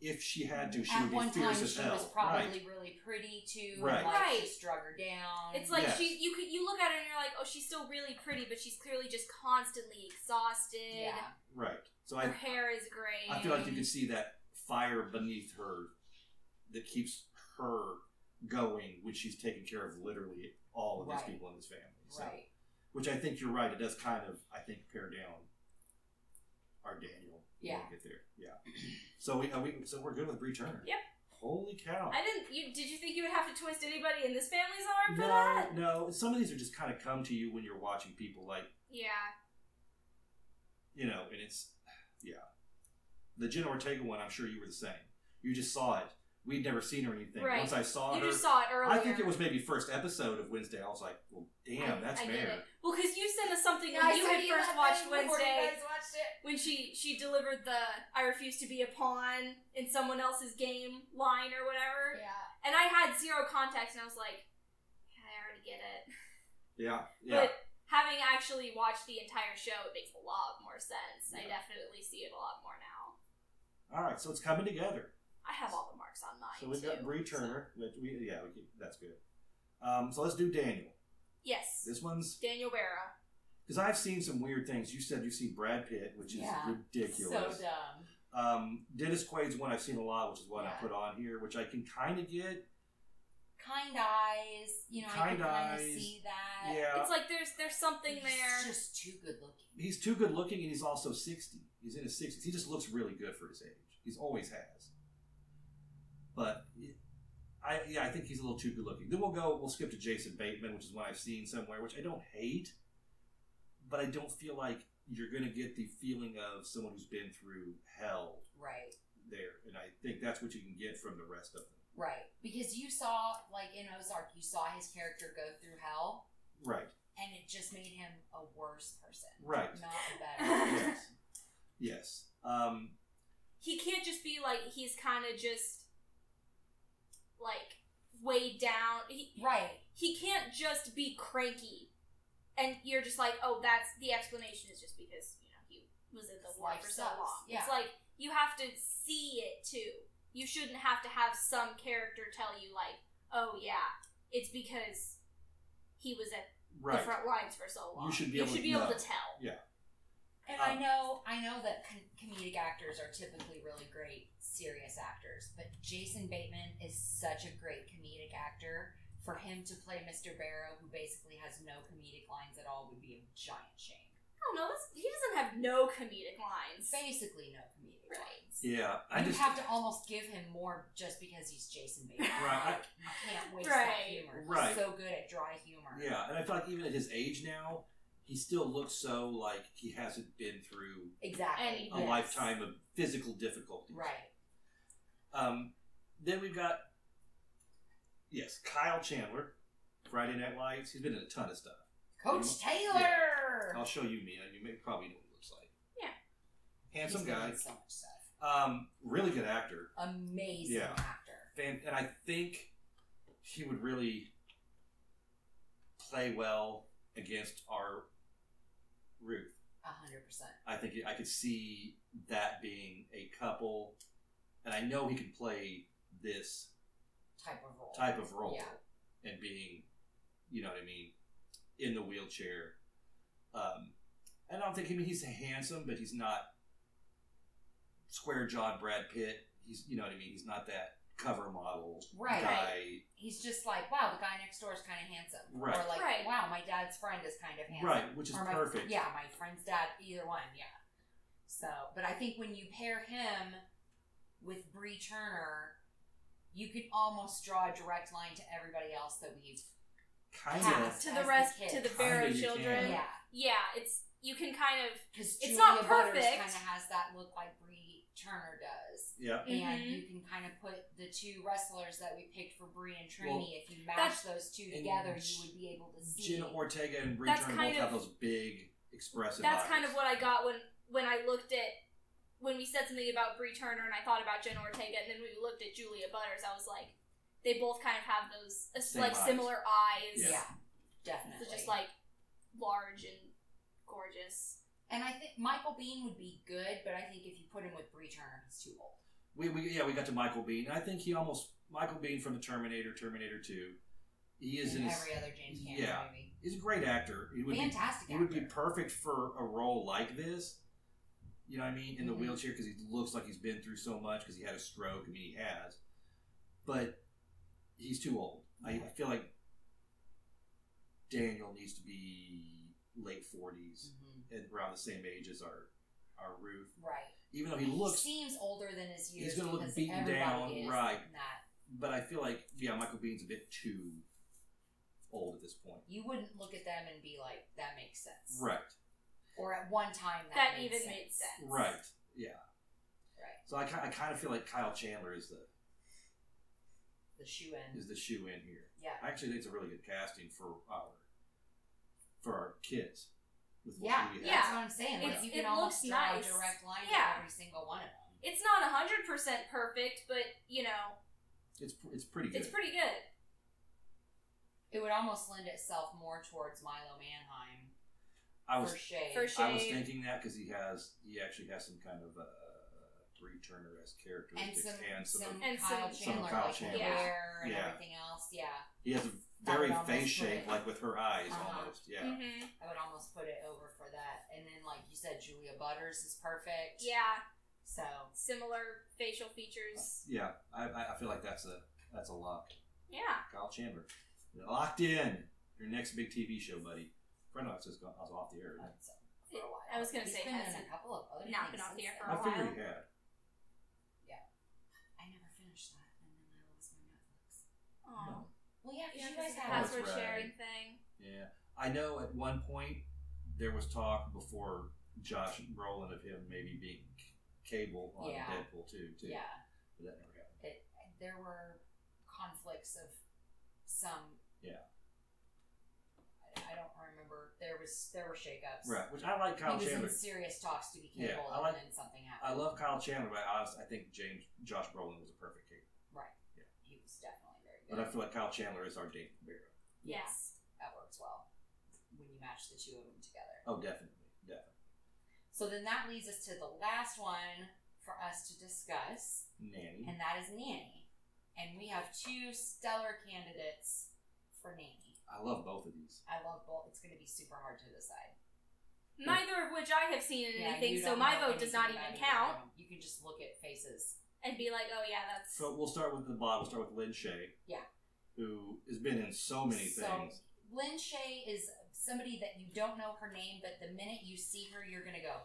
Speaker 2: if she had to she
Speaker 1: At
Speaker 2: would
Speaker 1: one
Speaker 2: be fierce
Speaker 1: time,
Speaker 2: as
Speaker 1: she
Speaker 2: hell
Speaker 1: was probably
Speaker 2: right
Speaker 1: really pretty too.
Speaker 2: Right.
Speaker 1: And, like,
Speaker 3: Right.
Speaker 1: She strung her down.
Speaker 3: It's like
Speaker 2: Yes.
Speaker 3: she you could you look at her and you're like, oh, she's still really pretty, but she's clearly just constantly exhausted.
Speaker 1: yeah.
Speaker 2: right so
Speaker 3: Her
Speaker 2: I,
Speaker 3: hair is gray.
Speaker 2: I feel like you could see that fire beneath her that keeps her going when she's taking care of literally all of
Speaker 1: Right.
Speaker 2: these people in this family so,
Speaker 1: Right.
Speaker 2: which I think you're right it does kind of I think pare down our Daniel when
Speaker 1: Yeah.
Speaker 2: we get there yeah so we, uh, we so we're good with Bree Turner
Speaker 3: Yep.
Speaker 2: holy cow
Speaker 3: I didn't. You did you think you would have to twist anybody in this family's arm for
Speaker 2: No,
Speaker 3: that?
Speaker 2: no. Some of these are just kind of come to you when you're watching people, like
Speaker 3: Yeah.
Speaker 2: you know, and it's yeah. The Jenna Ortega one, I'm sure you were the same. You just saw it. We'd never seen her or anything.
Speaker 3: Right.
Speaker 2: Once I saw
Speaker 3: You
Speaker 2: her,
Speaker 3: just saw it earlier.
Speaker 2: I think it was maybe first episode of Wednesday. I was like, well, damn,
Speaker 3: I-
Speaker 2: that's
Speaker 3: I get
Speaker 2: Mare.
Speaker 3: it. Well, because you sent us something
Speaker 1: I
Speaker 3: when you
Speaker 1: said
Speaker 3: had first
Speaker 1: that
Speaker 3: watched
Speaker 1: thing before you
Speaker 3: Wednesday.
Speaker 1: guys watched it.
Speaker 3: when she she delivered the "I refuse to be a pawn" in someone else's game line or whatever,
Speaker 1: Yeah.
Speaker 3: and I had zero context, and I was like, "Yeah, I already get it.
Speaker 2: Yeah, yeah.
Speaker 3: But having actually watched the entire show, it makes a lot more sense. I
Speaker 2: Yeah.
Speaker 3: definitely see it a lot more now.
Speaker 2: All right, so it's coming together.
Speaker 3: I have all the marks on mine.
Speaker 2: So we've
Speaker 3: too,
Speaker 2: got Bree
Speaker 3: so-
Speaker 2: Turner. Which we, yeah, we keep, that's good. Um, so let's do Daniel.
Speaker 3: Yes,
Speaker 2: This one's
Speaker 3: Daniel Barrow.
Speaker 2: because I've seen some weird things. You said you've seen Brad Pitt, which is
Speaker 1: Yeah.
Speaker 2: ridiculous.
Speaker 1: So dumb.
Speaker 2: Um, Dennis Quaid's one I've seen a lot, which is one
Speaker 1: Yeah.
Speaker 2: I put on here, which I can kind of get.
Speaker 1: Kind eyes. You know,
Speaker 2: Kind
Speaker 1: I can kind
Speaker 2: eyes.
Speaker 1: of see that.
Speaker 2: Yeah,
Speaker 3: It's like there's there's something
Speaker 1: He's
Speaker 3: there.
Speaker 1: just too good looking.
Speaker 2: he's too good looking, and he's also sixty. He's in his sixties. He just looks really good for his age. He's always has. But I yeah, I think he's a little too good looking. Then we'll go. We'll skip to Jason Bateman, which is one I've seen somewhere, which I don't hate, but I don't feel like you're gonna get the feeling of someone who's been through hell
Speaker 1: Right.
Speaker 2: there, and I think that's what you can get from the rest of them.
Speaker 1: Right. Because you saw, like in Ozark, you saw his character go through hell,
Speaker 2: Right.
Speaker 1: and it just made him a worse person.
Speaker 2: Right.
Speaker 1: Not a better.
Speaker 2: yes. Yes. Um,
Speaker 3: he can't just be like he's kind of just like weighed down. He,
Speaker 1: right.
Speaker 3: he can't just be cranky and you're just like oh that's the explanation is just because you know he was in the
Speaker 1: His
Speaker 3: war
Speaker 1: life
Speaker 3: for so
Speaker 1: sucks.
Speaker 3: long
Speaker 1: Yeah.
Speaker 3: it's like you have to see it too you shouldn't have to have some character tell you like oh yeah it's because he was at
Speaker 2: right.
Speaker 3: the front lines for so long
Speaker 2: You should be able to know.
Speaker 3: to tell
Speaker 1: And
Speaker 2: Um,
Speaker 1: I know, I know that com- comedic actors are typically really great serious actors, but Jason Bateman is such a great comedic actor. For him to play Mr. Barrow, who basically has no comedic lines at all, would be a giant shame.
Speaker 3: oh no this, he doesn't have no comedic lines
Speaker 1: Basically, no comedic
Speaker 3: Right.
Speaker 1: lines.
Speaker 2: Yeah. I
Speaker 1: you
Speaker 2: just.
Speaker 1: have to almost give him more just because he's Jason Bateman.
Speaker 2: Right.
Speaker 1: Like, you can't waste
Speaker 3: Right.
Speaker 1: that humor. He's
Speaker 2: Right.
Speaker 1: so good at dry humor.
Speaker 2: yeah, and I feel like even at his age now, he still looks so like he hasn't been through
Speaker 1: Exactly.
Speaker 3: And-
Speaker 2: a
Speaker 3: Yes.
Speaker 2: lifetime of physical difficulty.
Speaker 1: Right.
Speaker 2: Um, then we've got yes, Kyle Chandler, Friday Night Lights. He's been in a ton of stuff.
Speaker 1: Coach Taylor!
Speaker 2: I'll show you, Mia. You may probably know what he looks like.
Speaker 3: Yeah.
Speaker 1: He's
Speaker 2: Handsome
Speaker 1: been
Speaker 2: guy.
Speaker 1: in So much stuff.
Speaker 2: Um, really good actor.
Speaker 1: Amazing
Speaker 2: Yeah.
Speaker 1: actor.
Speaker 2: fan, and I think he would really play well against our Ruth.
Speaker 1: A hundred percent.
Speaker 2: I think I could see that being a couple, and I know he can play this
Speaker 1: Type of role.
Speaker 2: type of role
Speaker 1: Yeah.
Speaker 2: and being, you know what I mean, in the wheelchair. Um, and I don't think I mean he's handsome, but he's not square jawed Brad Pitt. He's you know what I mean. He's not that cover model
Speaker 1: Right.
Speaker 2: guy.
Speaker 1: He's just like, wow, the guy next door is kind of handsome.
Speaker 2: Right.
Speaker 1: Or like,
Speaker 3: Right.
Speaker 1: wow, my dad's friend is kind of handsome.
Speaker 2: Right, which is
Speaker 1: Or my,
Speaker 2: perfect.
Speaker 1: Yeah, my friend's dad, either one, yeah. So, but I think when you pair him with Bree Turner, you can almost draw a direct line to everybody else that we've.
Speaker 2: Kind
Speaker 1: Cast.
Speaker 2: of.
Speaker 1: As
Speaker 3: to the
Speaker 1: the
Speaker 3: rest
Speaker 1: kid.
Speaker 3: to the
Speaker 1: Kinda
Speaker 3: Barrow
Speaker 2: you
Speaker 3: children.
Speaker 2: can.
Speaker 1: Yeah,
Speaker 3: Yeah, it's you can kind of
Speaker 1: because
Speaker 3: It's
Speaker 1: Julia
Speaker 3: not
Speaker 1: Butters
Speaker 3: perfect.
Speaker 1: kind of has that look like Bree Turner does.
Speaker 2: Yeah.
Speaker 1: And
Speaker 3: Mhm.
Speaker 1: you can kind of put the two wrestlers that we picked for Bree and Trini.
Speaker 2: Well,
Speaker 1: if you mash those two
Speaker 2: and
Speaker 1: together,
Speaker 2: J-
Speaker 1: you would be able to see.
Speaker 2: Gina Ortega and Bree
Speaker 3: That's
Speaker 2: Turner
Speaker 3: kind
Speaker 2: both have
Speaker 3: of-
Speaker 2: those big, expressive
Speaker 3: that's
Speaker 2: bodies.
Speaker 3: kind of what I got when when I looked at when we said something about Brie Turner and I thought about Jenna Ortega and then we looked at Julia Butters, I was like, they both kind of have those uh,
Speaker 2: Same
Speaker 3: like
Speaker 2: eyes.
Speaker 3: similar eyes.
Speaker 1: yeah,
Speaker 2: Yeah.
Speaker 1: definitely.
Speaker 3: So just like large and gorgeous.
Speaker 1: and I think Michael Bean would be good, but I think if you put him with Bree Turner, he's too old.
Speaker 2: we, we yeah we got to Michael Bean. I think he almost Michael Bean from the Terminator, Terminator Two. He is
Speaker 1: in
Speaker 2: in
Speaker 1: every other James Cameron
Speaker 2: yeah.
Speaker 1: movie.
Speaker 2: he's a great actor. He would be,
Speaker 1: Fantastic.
Speaker 2: he would be
Speaker 1: actor.
Speaker 2: perfect for a role like this. You know what I mean? In the
Speaker 1: Mhm.
Speaker 2: wheelchair because he looks like he's been through so much because he had a stroke. I mean, he has, but he's too old. I, I feel like Daniel needs to be late 40s
Speaker 1: Mhm.
Speaker 2: and around the same age as our our Ruth,
Speaker 1: Right.
Speaker 2: even though he looks
Speaker 1: seems older than his years.
Speaker 2: he's gonna look
Speaker 1: because
Speaker 2: beaten
Speaker 1: everybody
Speaker 2: down,
Speaker 1: is
Speaker 2: right.
Speaker 1: in That
Speaker 2: But I feel like yeah, Michael Bean's a bit too old at this point.
Speaker 1: you wouldn't look at them and be like, "That makes sense,"
Speaker 2: Right.
Speaker 1: or at one time that,
Speaker 3: That,
Speaker 1: made
Speaker 3: even
Speaker 1: sense.
Speaker 3: made sense.
Speaker 2: Right. Yeah.
Speaker 1: Right.
Speaker 2: So I, ki- I kind of feel like Kyle Chandler is the
Speaker 1: The shoe in.
Speaker 2: is the shoe in here.
Speaker 1: Yeah.
Speaker 2: I actually think it's a really good casting for our for our kids with what
Speaker 1: Yeah,
Speaker 2: we
Speaker 1: yeah,
Speaker 2: have.
Speaker 1: that's what I'm saying. Like
Speaker 3: It's-
Speaker 1: you
Speaker 3: it
Speaker 1: can almost
Speaker 3: looks
Speaker 1: draw
Speaker 3: nice.
Speaker 1: a direct line
Speaker 3: Yeah.
Speaker 1: to every single one of them.
Speaker 3: It's not hundred percent perfect, but you know,
Speaker 2: It's pr- it's pretty good.
Speaker 3: it's pretty good.
Speaker 1: It would almost lend itself more towards Milo Manheim
Speaker 2: I was
Speaker 1: for shade.
Speaker 3: for
Speaker 2: I was
Speaker 3: shade.
Speaker 2: thinking that because he has he actually has some kind of uh, Bree Turner esque
Speaker 1: and
Speaker 2: characteristics
Speaker 1: some
Speaker 2: some,
Speaker 1: some,
Speaker 3: And
Speaker 1: Kyle
Speaker 3: some-
Speaker 2: Some
Speaker 1: Chandler,
Speaker 2: Kyle
Speaker 1: like
Speaker 2: Chandler.
Speaker 1: the hair and
Speaker 2: Yeah.
Speaker 1: everything else. Yeah,
Speaker 2: he has a
Speaker 1: That would
Speaker 2: very
Speaker 1: almost
Speaker 2: face
Speaker 1: put
Speaker 2: shape
Speaker 1: it-
Speaker 2: like with her eyes
Speaker 1: Uh-huh.
Speaker 2: almost. Yeah.
Speaker 3: hmm
Speaker 1: I would almost put it over for that. And then, like you said, Julia Butters is perfect.
Speaker 3: Yeah,
Speaker 1: So
Speaker 3: similar facial features.
Speaker 2: Yeah, I, I I feel like that's a that's a lock.
Speaker 3: Yeah,
Speaker 2: Kyle Chandler, locked in. Your next big TV show, buddy. Friend of ours just got, I was off the air.
Speaker 1: uh,
Speaker 2: didn't
Speaker 1: so for a while.
Speaker 3: I was gonna
Speaker 1: He's
Speaker 3: say,
Speaker 1: been in
Speaker 3: hasn't
Speaker 1: a couple of other
Speaker 3: not
Speaker 1: things
Speaker 3: been off the
Speaker 1: since
Speaker 3: air for
Speaker 1: then.
Speaker 2: I
Speaker 3: a
Speaker 2: figured
Speaker 3: while.
Speaker 2: he had.
Speaker 1: I never finished that, and then I lost my Netflix.
Speaker 3: Aw.
Speaker 1: Well, yeah, because
Speaker 3: Yeah,
Speaker 1: you
Speaker 3: 'cause
Speaker 1: guys
Speaker 3: of the
Speaker 1: have
Speaker 2: that's
Speaker 3: password
Speaker 2: right.
Speaker 3: sharing thing.
Speaker 2: Yeah, I know. At one point, there was talk before Josh Brolin of him maybe being c- cable on
Speaker 1: Yeah.
Speaker 2: Deadpool too. Too.
Speaker 1: Yeah,
Speaker 2: But that never happened.
Speaker 1: it, there were conflicts of some.
Speaker 2: Yeah.
Speaker 1: I, I don't remember. There was there were shakeups.
Speaker 2: Right, which I like
Speaker 1: He
Speaker 2: Kyle
Speaker 1: was
Speaker 2: Chandler.
Speaker 1: in serious talks to be
Speaker 2: Yeah,
Speaker 1: cable,
Speaker 2: I like-
Speaker 1: and then something happened.
Speaker 2: I love Kyle Chandler, but I, honest- I think James Josh Brolin was a perfect cable.
Speaker 1: Right.
Speaker 2: Yeah.
Speaker 1: He was definitely very good.
Speaker 2: But I feel like Kyle Chandler is our Dave Barrow.
Speaker 1: yes, that works well when you match the two of them together.
Speaker 2: Oh, definitely, definitely.
Speaker 1: So then that leads us to the last one for us to discuss.
Speaker 2: Nanny.
Speaker 1: and that is Nanny. And we have two stellar candidates for Nanny.
Speaker 2: I love both of these.
Speaker 1: I love both. It's going to be super hard to decide.
Speaker 3: Neither of which I have seen in
Speaker 1: Yeah,
Speaker 3: anything,
Speaker 1: you
Speaker 3: so
Speaker 1: don't
Speaker 3: my
Speaker 1: know
Speaker 3: vote does not
Speaker 1: anything about
Speaker 3: even
Speaker 1: either
Speaker 3: count.
Speaker 1: of them. You can just look at faces.
Speaker 3: And be like, oh yeah, that's
Speaker 2: So we'll start with the bottom. We'll start with Lynn Shay.
Speaker 1: Yeah.
Speaker 2: Who has been in so many
Speaker 1: So-
Speaker 2: things.
Speaker 1: Lynn Shay is somebody that you don't know her name, but the minute you see her, you're going to go,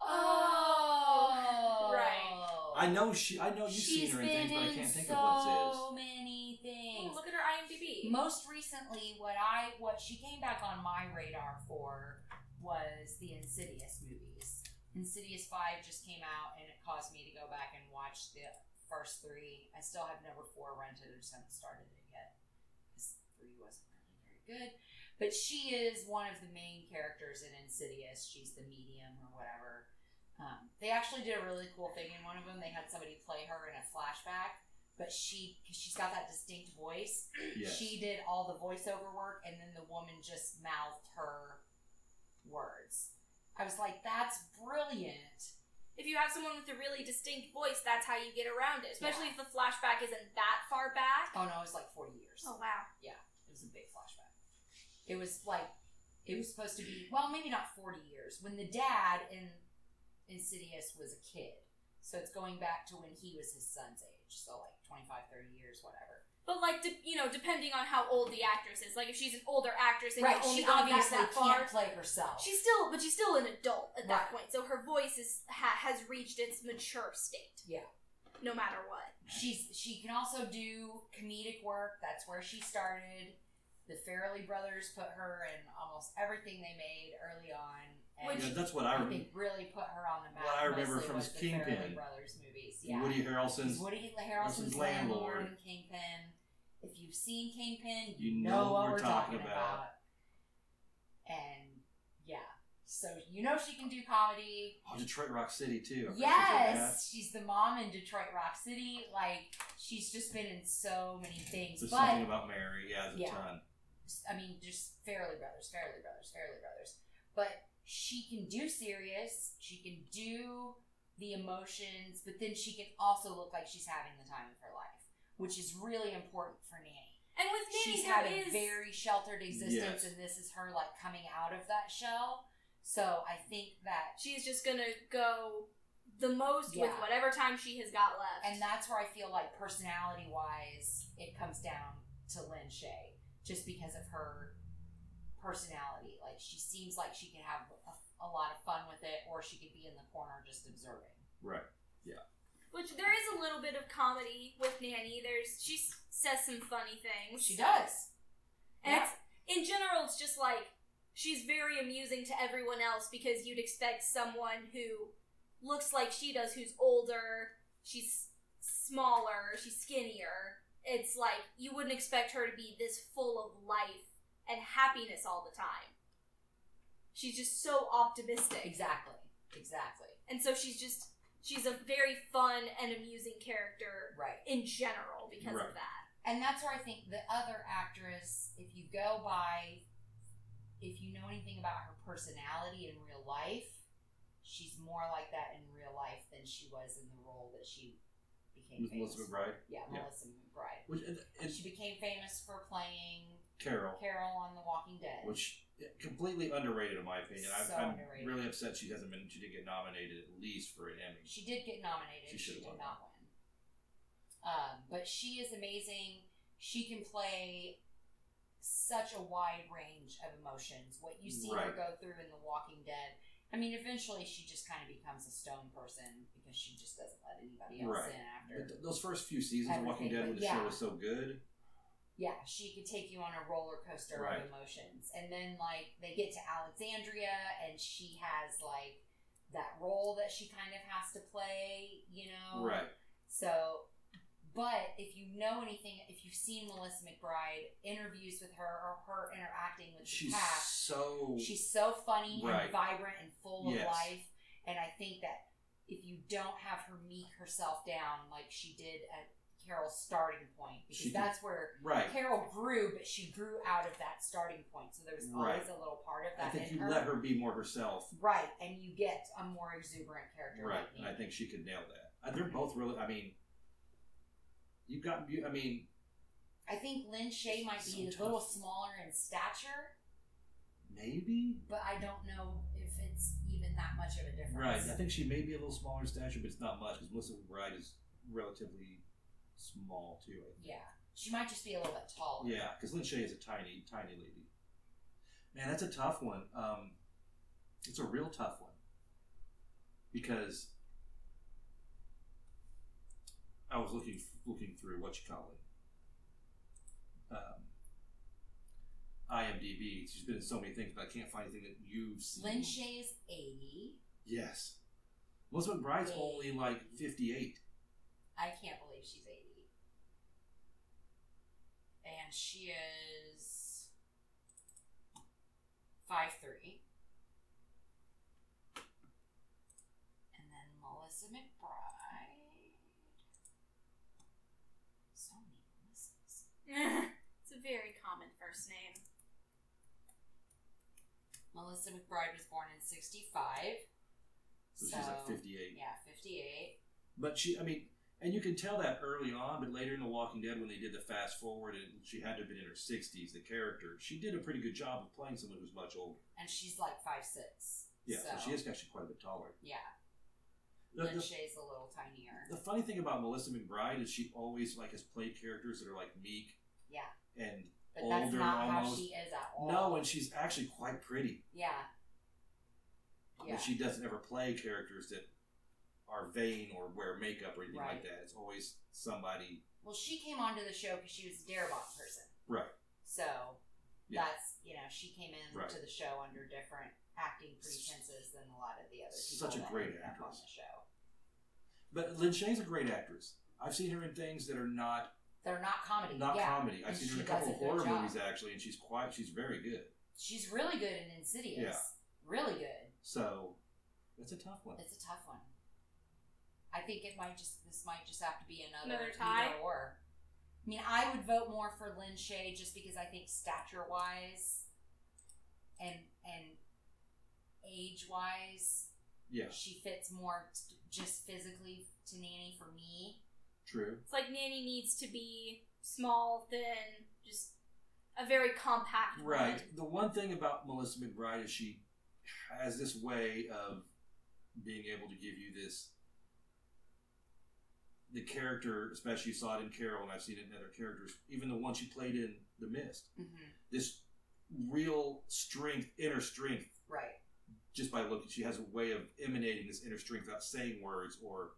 Speaker 3: Oh,
Speaker 1: Oh,
Speaker 3: right.
Speaker 2: I know she. I know you've seen
Speaker 1: She's
Speaker 2: her
Speaker 1: been
Speaker 2: in things, but I
Speaker 1: in
Speaker 2: can't think
Speaker 1: so
Speaker 2: of what
Speaker 1: So many
Speaker 3: Oh,
Speaker 1: things.
Speaker 3: look at her IMDb.
Speaker 1: Most recently, what I what she came back on my radar for was the Insidious movies. Insidious Five just came out, and it caused me to go back and watch the first three. I still have number four rented. I just haven't started it yet because three wasn't really very good. But she is one of the main characters in Insidious. She's the medium or whatever. Um, they actually did a really cool thing in one of them. They had somebody play her in a flashback, but she cause she's got that distinct voice.
Speaker 2: it is. Yes.
Speaker 1: She did all the voiceover work, and then the woman just mouthed her words. I was like, that's brilliant.
Speaker 3: If you have someone with a really distinct voice, that's how you get around it. Especially if the flashback isn't that far back.
Speaker 1: Oh no, it was like 40 years.
Speaker 3: Oh wow.
Speaker 1: It was a big flashback. It was like, it was supposed to be, well, maybe not 40 years, when the dad in Insidious was a kid. So it's going back to when he was his son's age. So like 25, 30 years, whatever.
Speaker 3: But like, de- you know, depending on how old the actress is, like if she's an older actress and
Speaker 1: right.
Speaker 3: you're only
Speaker 1: She
Speaker 3: going back
Speaker 1: obviously
Speaker 3: that far,
Speaker 1: can't play herself.
Speaker 3: she's still, but she's still an adult at that
Speaker 1: Right.
Speaker 3: point. So her voice is ha- has reached its mature state.
Speaker 1: Yeah.
Speaker 3: No matter what.
Speaker 1: She's she can also do comedic work. That's where she started. The Farrelly brothers put her in almost everything they made early on. And
Speaker 3: Which-
Speaker 2: Yeah, that's what
Speaker 1: I
Speaker 2: I remember.
Speaker 1: think really put her on the map.
Speaker 2: What I remember
Speaker 1: mostly
Speaker 2: from
Speaker 1: was
Speaker 2: is
Speaker 1: the
Speaker 2: Kingpin.
Speaker 1: Farrelly brothers movies. Yeah.
Speaker 2: Woody Harrelson's.
Speaker 1: Woody
Speaker 2: Harrelson's
Speaker 1: Harrelson's landlord.
Speaker 2: Landlord.
Speaker 1: in Kingpin. If you've seen Kingpin,
Speaker 2: You
Speaker 1: you,
Speaker 2: know
Speaker 1: know,
Speaker 2: what
Speaker 1: what
Speaker 2: we're
Speaker 1: we're
Speaker 2: talking
Speaker 1: talking,
Speaker 2: about.
Speaker 1: about. And yeah, so you know she can do comedy.
Speaker 2: Oh, Detroit Rock City too. I forgot about that.
Speaker 1: Yes, she's the mom in Detroit Rock City. Like she's just been in so many things,
Speaker 2: There's
Speaker 1: but
Speaker 2: something about Mary. Yeah, there's a
Speaker 1: Yeah.
Speaker 2: ton.
Speaker 1: I mean, just Fairly Brothers, Fairly Brothers, Fairly Brothers. But she can do serious. She can do the emotions, but then she can also look like she's having the time of her life, which is really important for Nanny.
Speaker 3: And with Nanny,
Speaker 1: She's
Speaker 3: there
Speaker 1: had
Speaker 3: is
Speaker 1: a very sheltered existence,
Speaker 2: Yes.
Speaker 1: and this is her like coming out of that shell. So I think that
Speaker 3: she's just gonna go the most with
Speaker 1: Yeah.
Speaker 3: whatever time she has got left.
Speaker 1: And that's where I feel like personality wise, it comes down to Lynn Shay just because of her personality. Like she seems like she could have a, a lot of fun with it, or she could be in the corner just observing.
Speaker 2: Right.
Speaker 3: Which there is a little bit of comedy with Nanny. There's she s- says some funny things.
Speaker 1: She does.
Speaker 3: And
Speaker 1: Yeah.
Speaker 3: it's, in general, it's just like she's very amusing to everyone else because you'd expect someone who looks like she does, who's older, she's smaller, she's skinnier. It's like you wouldn't expect her to be this full of life and happiness all the time. She's just so optimistic.
Speaker 1: Exactly. Exactly.
Speaker 3: And so she's just, she's a very fun and amusing character
Speaker 1: Right.
Speaker 3: in general because
Speaker 2: Right.
Speaker 3: of that.
Speaker 1: And that's where I think the other actress, if you go by, if you know anything about her personality in real life, she's more like that in real life than she was in the role that she became
Speaker 2: With
Speaker 1: famous
Speaker 2: Melissa McBride.
Speaker 1: for. Yeah,
Speaker 2: Yeah.
Speaker 1: Melissa McBride.
Speaker 2: Which and,
Speaker 1: And
Speaker 2: and
Speaker 1: she became famous for playing
Speaker 2: Carol,
Speaker 1: Carol on The Walking Dead.
Speaker 2: which completely underrated in my opinion. I'm,
Speaker 1: So
Speaker 2: I'm
Speaker 1: underrated.
Speaker 2: really upset she hasn't been. She didn't get nominated at least for an Emmy.
Speaker 1: She did get nominated.
Speaker 2: She
Speaker 1: She,
Speaker 2: should've
Speaker 1: did
Speaker 2: won.
Speaker 1: not win. Um, but she is amazing. She can play such a wide range of emotions. What you see her
Speaker 2: Right.
Speaker 1: go through in The Walking Dead. I mean, eventually she just kind of becomes a stone person because she just doesn't let anybody else
Speaker 2: Right.
Speaker 1: in after.
Speaker 2: But th- those first few seasons of Walking
Speaker 1: Everything,
Speaker 2: Dead
Speaker 1: but
Speaker 2: when the show
Speaker 1: yeah.
Speaker 2: was so good,
Speaker 1: yeah, she could take you on a roller coaster
Speaker 2: Right.
Speaker 1: of emotions. And then like they get to Alexandria and she has like that role that she kind of has to play, you know.
Speaker 2: right?
Speaker 1: So but if you know anything, if you've seen Melissa McBride interviews with her or her interacting with
Speaker 2: She's
Speaker 1: the cast,
Speaker 2: so
Speaker 1: she's so funny
Speaker 2: Right.
Speaker 1: and vibrant and full
Speaker 2: Yes.
Speaker 1: of life. And I think that if you don't have her meek herself down like she did at Carol's starting point, because
Speaker 2: She can-
Speaker 1: that's where
Speaker 2: right.
Speaker 1: Carol grew, but she grew out of that starting point. So there was always
Speaker 2: Right.
Speaker 1: a little part of
Speaker 2: I
Speaker 1: that
Speaker 2: think
Speaker 1: in
Speaker 2: you
Speaker 1: her.
Speaker 2: let her be more herself,
Speaker 1: Right, and you get a more exuberant character.
Speaker 2: right?
Speaker 1: like
Speaker 2: And
Speaker 1: me.
Speaker 2: I think she could nail that. Uh, They're both really. I mean, you've got. You, I mean,
Speaker 1: I think Lynn Shay might be
Speaker 2: So
Speaker 1: a little
Speaker 2: tough.
Speaker 1: smaller in stature,
Speaker 2: maybe
Speaker 1: but I don't know if it's even that much of a
Speaker 2: Right.
Speaker 1: difference.
Speaker 2: I think she may be a little smaller in stature, but it's not much because Melissa McBride is relatively small too. I think.
Speaker 1: Yeah, she might just be a little bit taller.
Speaker 2: Oh, Yeah, because Lynn Shay is a tiny, tiny lady. Man, that's a tough one. Um, it's a real tough one because I was looking looking through what you call it, um, IMDb. She's been in so many things, but I can't find anything that you've seen.
Speaker 1: Lynn Shay is eighty.
Speaker 2: Yes. Melissa McBride's
Speaker 1: Yay.
Speaker 2: only like 58.
Speaker 1: I can't believe she's eighty, and she is five three. And then Melissa McBride. So many Melissas.
Speaker 3: it's a very common first name.
Speaker 1: Melissa McBride was born in 65.
Speaker 2: So, she's like 58.
Speaker 1: Yeah, 58.
Speaker 2: But she, I mean, and you can tell that early on, but later in The Walking Dead, when they did the fast forward and she had to have been in her 60s, the character, she did a pretty good job of playing someone who's much older.
Speaker 1: And she's like five six.
Speaker 2: Yeah, so, she is actually quite a bit taller.
Speaker 1: Yeah.
Speaker 2: The- the-
Speaker 1: Lynch's a little tinier.
Speaker 2: The funny thing about Melissa McBride is she always like has played characters that are like meek
Speaker 1: Yeah,
Speaker 2: and
Speaker 1: but that's
Speaker 2: Older
Speaker 1: not how
Speaker 2: almost.
Speaker 1: she is at all.
Speaker 2: no, and she's actually quite pretty.
Speaker 1: yeah, yeah,
Speaker 2: But she doesn't ever play characters that are vain or wear makeup or anything
Speaker 1: Right.
Speaker 2: like that. It's always somebody
Speaker 1: Well, she came onto the show because she was a Darabont person.
Speaker 2: Right.
Speaker 1: So
Speaker 2: Yeah.
Speaker 1: that's you know she came in
Speaker 2: Right.
Speaker 1: to the show under different acting pretenses than a lot of the other people.
Speaker 2: Such a
Speaker 1: that
Speaker 2: great
Speaker 1: ended up on
Speaker 2: actress.
Speaker 1: the show.
Speaker 2: But Lin Shane's a great actress. I've seen her in things that are not
Speaker 1: They're not comedy.
Speaker 2: not
Speaker 1: yeah.
Speaker 2: comedy. I've
Speaker 1: and
Speaker 2: seen her in a
Speaker 1: she
Speaker 2: couple
Speaker 1: does
Speaker 2: of
Speaker 1: a good
Speaker 2: horror
Speaker 1: job.
Speaker 2: movies actually, and she's quite she's very good.
Speaker 1: She's really good in Insidious.
Speaker 2: Yeah.
Speaker 1: Really good.
Speaker 2: So that's a tough one.
Speaker 1: It's a tough one. I think it might just this might just have to be another,
Speaker 3: Another tie?
Speaker 1: either or. I mean, I would vote more for Lynn Shay just because I think stature wise and and age wise,
Speaker 2: Yeah,
Speaker 1: she fits more t- just physically to Nanny for me.
Speaker 2: true.
Speaker 3: It's like Nanny needs to be small, thin, just a very compact
Speaker 2: Right.
Speaker 3: woman.
Speaker 2: The one thing about Melissa McBride is she has this way of being able to give you this the character, especially you saw it in Carol, and I've seen it in other characters, even the one she played in The Mist.
Speaker 1: Mm-hmm.
Speaker 2: This real strength, inner strength
Speaker 1: Right.
Speaker 2: just by looking, she has a way of emanating this inner strength without saying words or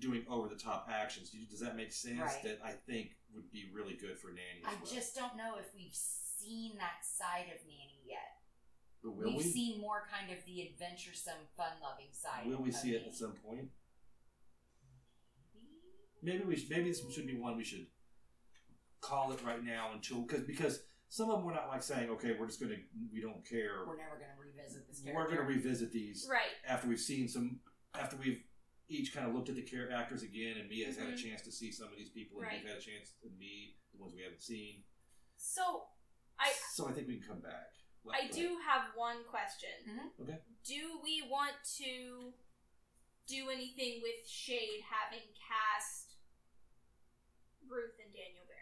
Speaker 2: doing over the top actions. Do- Does that make sense?
Speaker 1: Right.
Speaker 2: That I think would be really good for Nanny. As
Speaker 1: I
Speaker 2: well.
Speaker 1: just don't know if we've seen that side of Nanny yet.
Speaker 2: but
Speaker 1: we've
Speaker 2: will we?
Speaker 1: seen more kind of the adventuresome, fun-loving side.
Speaker 2: will we
Speaker 1: of
Speaker 2: see it at
Speaker 1: Nanny.
Speaker 2: some point? Maybe we. Should, maybe this should be one we should call it right now until because because some of them we're not like saying okay we're just gonna we don't care
Speaker 1: We're never going to revisit this
Speaker 2: we're
Speaker 1: character.
Speaker 2: gonna revisit these
Speaker 3: Right.
Speaker 2: after we've seen some after we've each kind of looked at the care actors again and Mia has had a
Speaker 3: Mhm.
Speaker 2: chance to see some of these people and
Speaker 3: Right.
Speaker 2: we've had a chance to meet the ones we haven't seen.
Speaker 3: So I
Speaker 2: so I think we can come back. Let-
Speaker 3: I
Speaker 2: let-
Speaker 3: do have one question.
Speaker 1: Mhm.
Speaker 2: Okay.
Speaker 3: Do we want to do anything with Shade having cast Ruth and Daniel Barrow?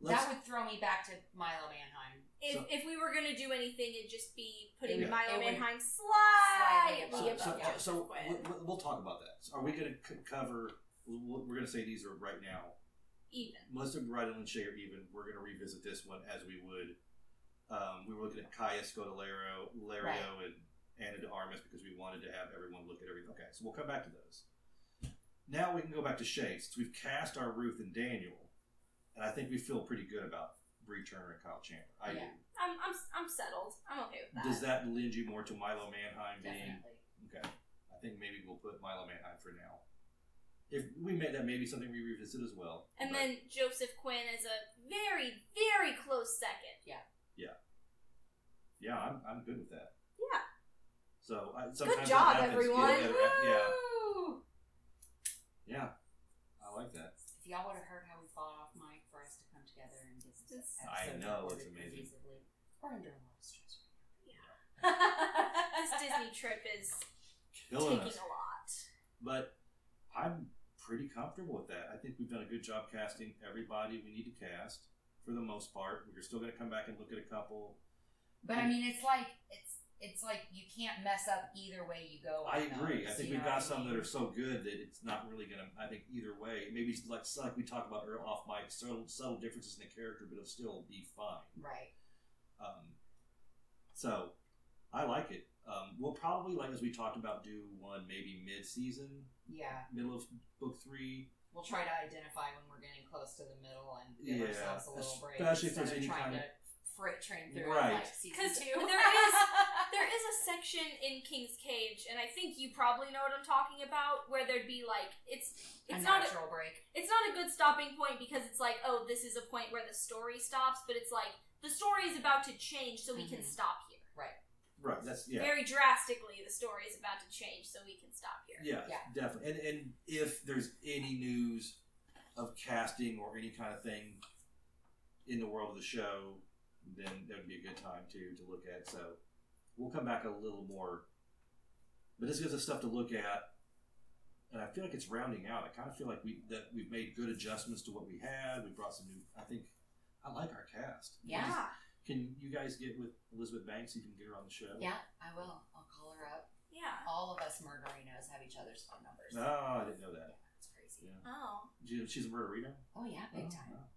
Speaker 2: let's-
Speaker 1: that would throw me back to Milo Manheim.
Speaker 3: If,
Speaker 2: So-
Speaker 3: if we were going to do anything, it'd just be putting
Speaker 2: Yeah.
Speaker 3: Milo
Speaker 1: It would-
Speaker 3: Manheim slightly,
Speaker 1: Oh, Slightly
Speaker 2: so,
Speaker 1: above,
Speaker 3: above.
Speaker 2: so,
Speaker 1: yeah.
Speaker 2: so
Speaker 3: Gwen.
Speaker 2: we- we- we'll talk about that. So are we going to c- cover? We'll, we're going to say these are right now.
Speaker 3: even.
Speaker 2: Melissa McBride and Shay are even. We're going to revisit this one as we would. Um, we were looking at Kaya Scodelario, Lario, and Anna de Armas because we wanted to have everyone look at everything. Okay, so we'll come back to those. Now we can go back to Shay since we've cast our Ruth and Daniel, and I think we feel pretty good about Bree Turner and Kyle Chandler. I do.
Speaker 1: Yeah.
Speaker 3: I'm, I'm, I'm settled. I'm okay with that.
Speaker 2: Does that lend you more to Milo Manheim being
Speaker 1: Definitely.
Speaker 2: okay? I think maybe we'll put Milo Manheim for now. If we met that, maybe something we revisit as well.
Speaker 3: and
Speaker 2: but-
Speaker 3: then Joseph Quinn is a very, very close second.
Speaker 2: yeah, I'm, I'm good with that.
Speaker 3: Yeah.
Speaker 2: So I, sometimes that
Speaker 3: job,
Speaker 2: happens.
Speaker 3: everyone.
Speaker 2: Yeah, yeah, yeah,
Speaker 1: Woo!
Speaker 2: yeah. I like that.
Speaker 1: If y'all would have heard how we fought off Mike for us to come together and get this
Speaker 3: It's-
Speaker 1: episode
Speaker 2: I know, it's
Speaker 1: recorded
Speaker 2: amazing.
Speaker 1: cohesively. We're under a lot of stress right now.
Speaker 3: This Disney trip is
Speaker 2: Killing
Speaker 3: taking
Speaker 2: us.
Speaker 3: a lot.
Speaker 2: But I'm pretty comfortable with that. I think we've done a good job casting everybody we need to cast for the most part. We're still going to come back and look at a couple.
Speaker 1: But I mean, it's like it's it's like you can't mess up either way you go.
Speaker 2: I
Speaker 1: on
Speaker 2: agree. I
Speaker 1: those,
Speaker 2: think
Speaker 1: you
Speaker 2: we've
Speaker 1: Oh, know what
Speaker 2: got
Speaker 1: I
Speaker 2: some that
Speaker 1: mean?
Speaker 2: are so good that it's not really gonna. I think either way, maybe it's like it's like we talked about earlier off mic, subtle, subtle differences in the character, but it'll still be fine.
Speaker 1: right.
Speaker 2: Um, so I like it. Um, we'll probably like as we talked about do one maybe mid season,
Speaker 1: Yeah,
Speaker 2: middle of book three,
Speaker 1: we'll try to identify when we're getting close to the middle and give
Speaker 2: Yeah,
Speaker 1: ourselves a little break.
Speaker 2: especially if there's
Speaker 1: instead of
Speaker 2: any
Speaker 1: trying
Speaker 2: kind of-
Speaker 1: to freight train through
Speaker 2: Right.
Speaker 1: like season
Speaker 3: 'Cause
Speaker 1: two.
Speaker 3: there is- There is a section in King's Cage, and I think you probably know what I'm talking about, where there'd be like it's
Speaker 1: a
Speaker 3: it's not a,
Speaker 1: natural break.
Speaker 3: it's not a good stopping point because it's like oh this is a point where the story stops, but it's like the story is about to change, so we can
Speaker 1: Mhm.
Speaker 3: stop here.
Speaker 2: right? That's yeah,
Speaker 3: Very drastically, the story is about to change, so we can stop here.
Speaker 2: yeah,
Speaker 1: Yeah.
Speaker 2: definitely. And and if there's any news of casting or any kind of thing in the world of the show, then that would be a good time too to look at. So we'll come back a little more, but this gives us stuff to look at. And I feel like it's rounding out. I kind of feel like we that we've made good adjustments to what we had. We brought some new. I think I like our cast.
Speaker 1: Yeah.
Speaker 2: Can you guys get with Elizabeth Banks? You can get her on the show.
Speaker 1: Yeah, I will. I'll call her up.
Speaker 3: yeah. Yeah.
Speaker 1: All of us murderinos have each other's phone numbers.
Speaker 2: No, Ah, I didn't know that.
Speaker 1: Yeah, it's crazy.
Speaker 2: Yeah.
Speaker 3: Oh.
Speaker 2: She- She's a murderino?
Speaker 1: Oh yeah, big
Speaker 2: Oh,
Speaker 1: time.
Speaker 2: wow.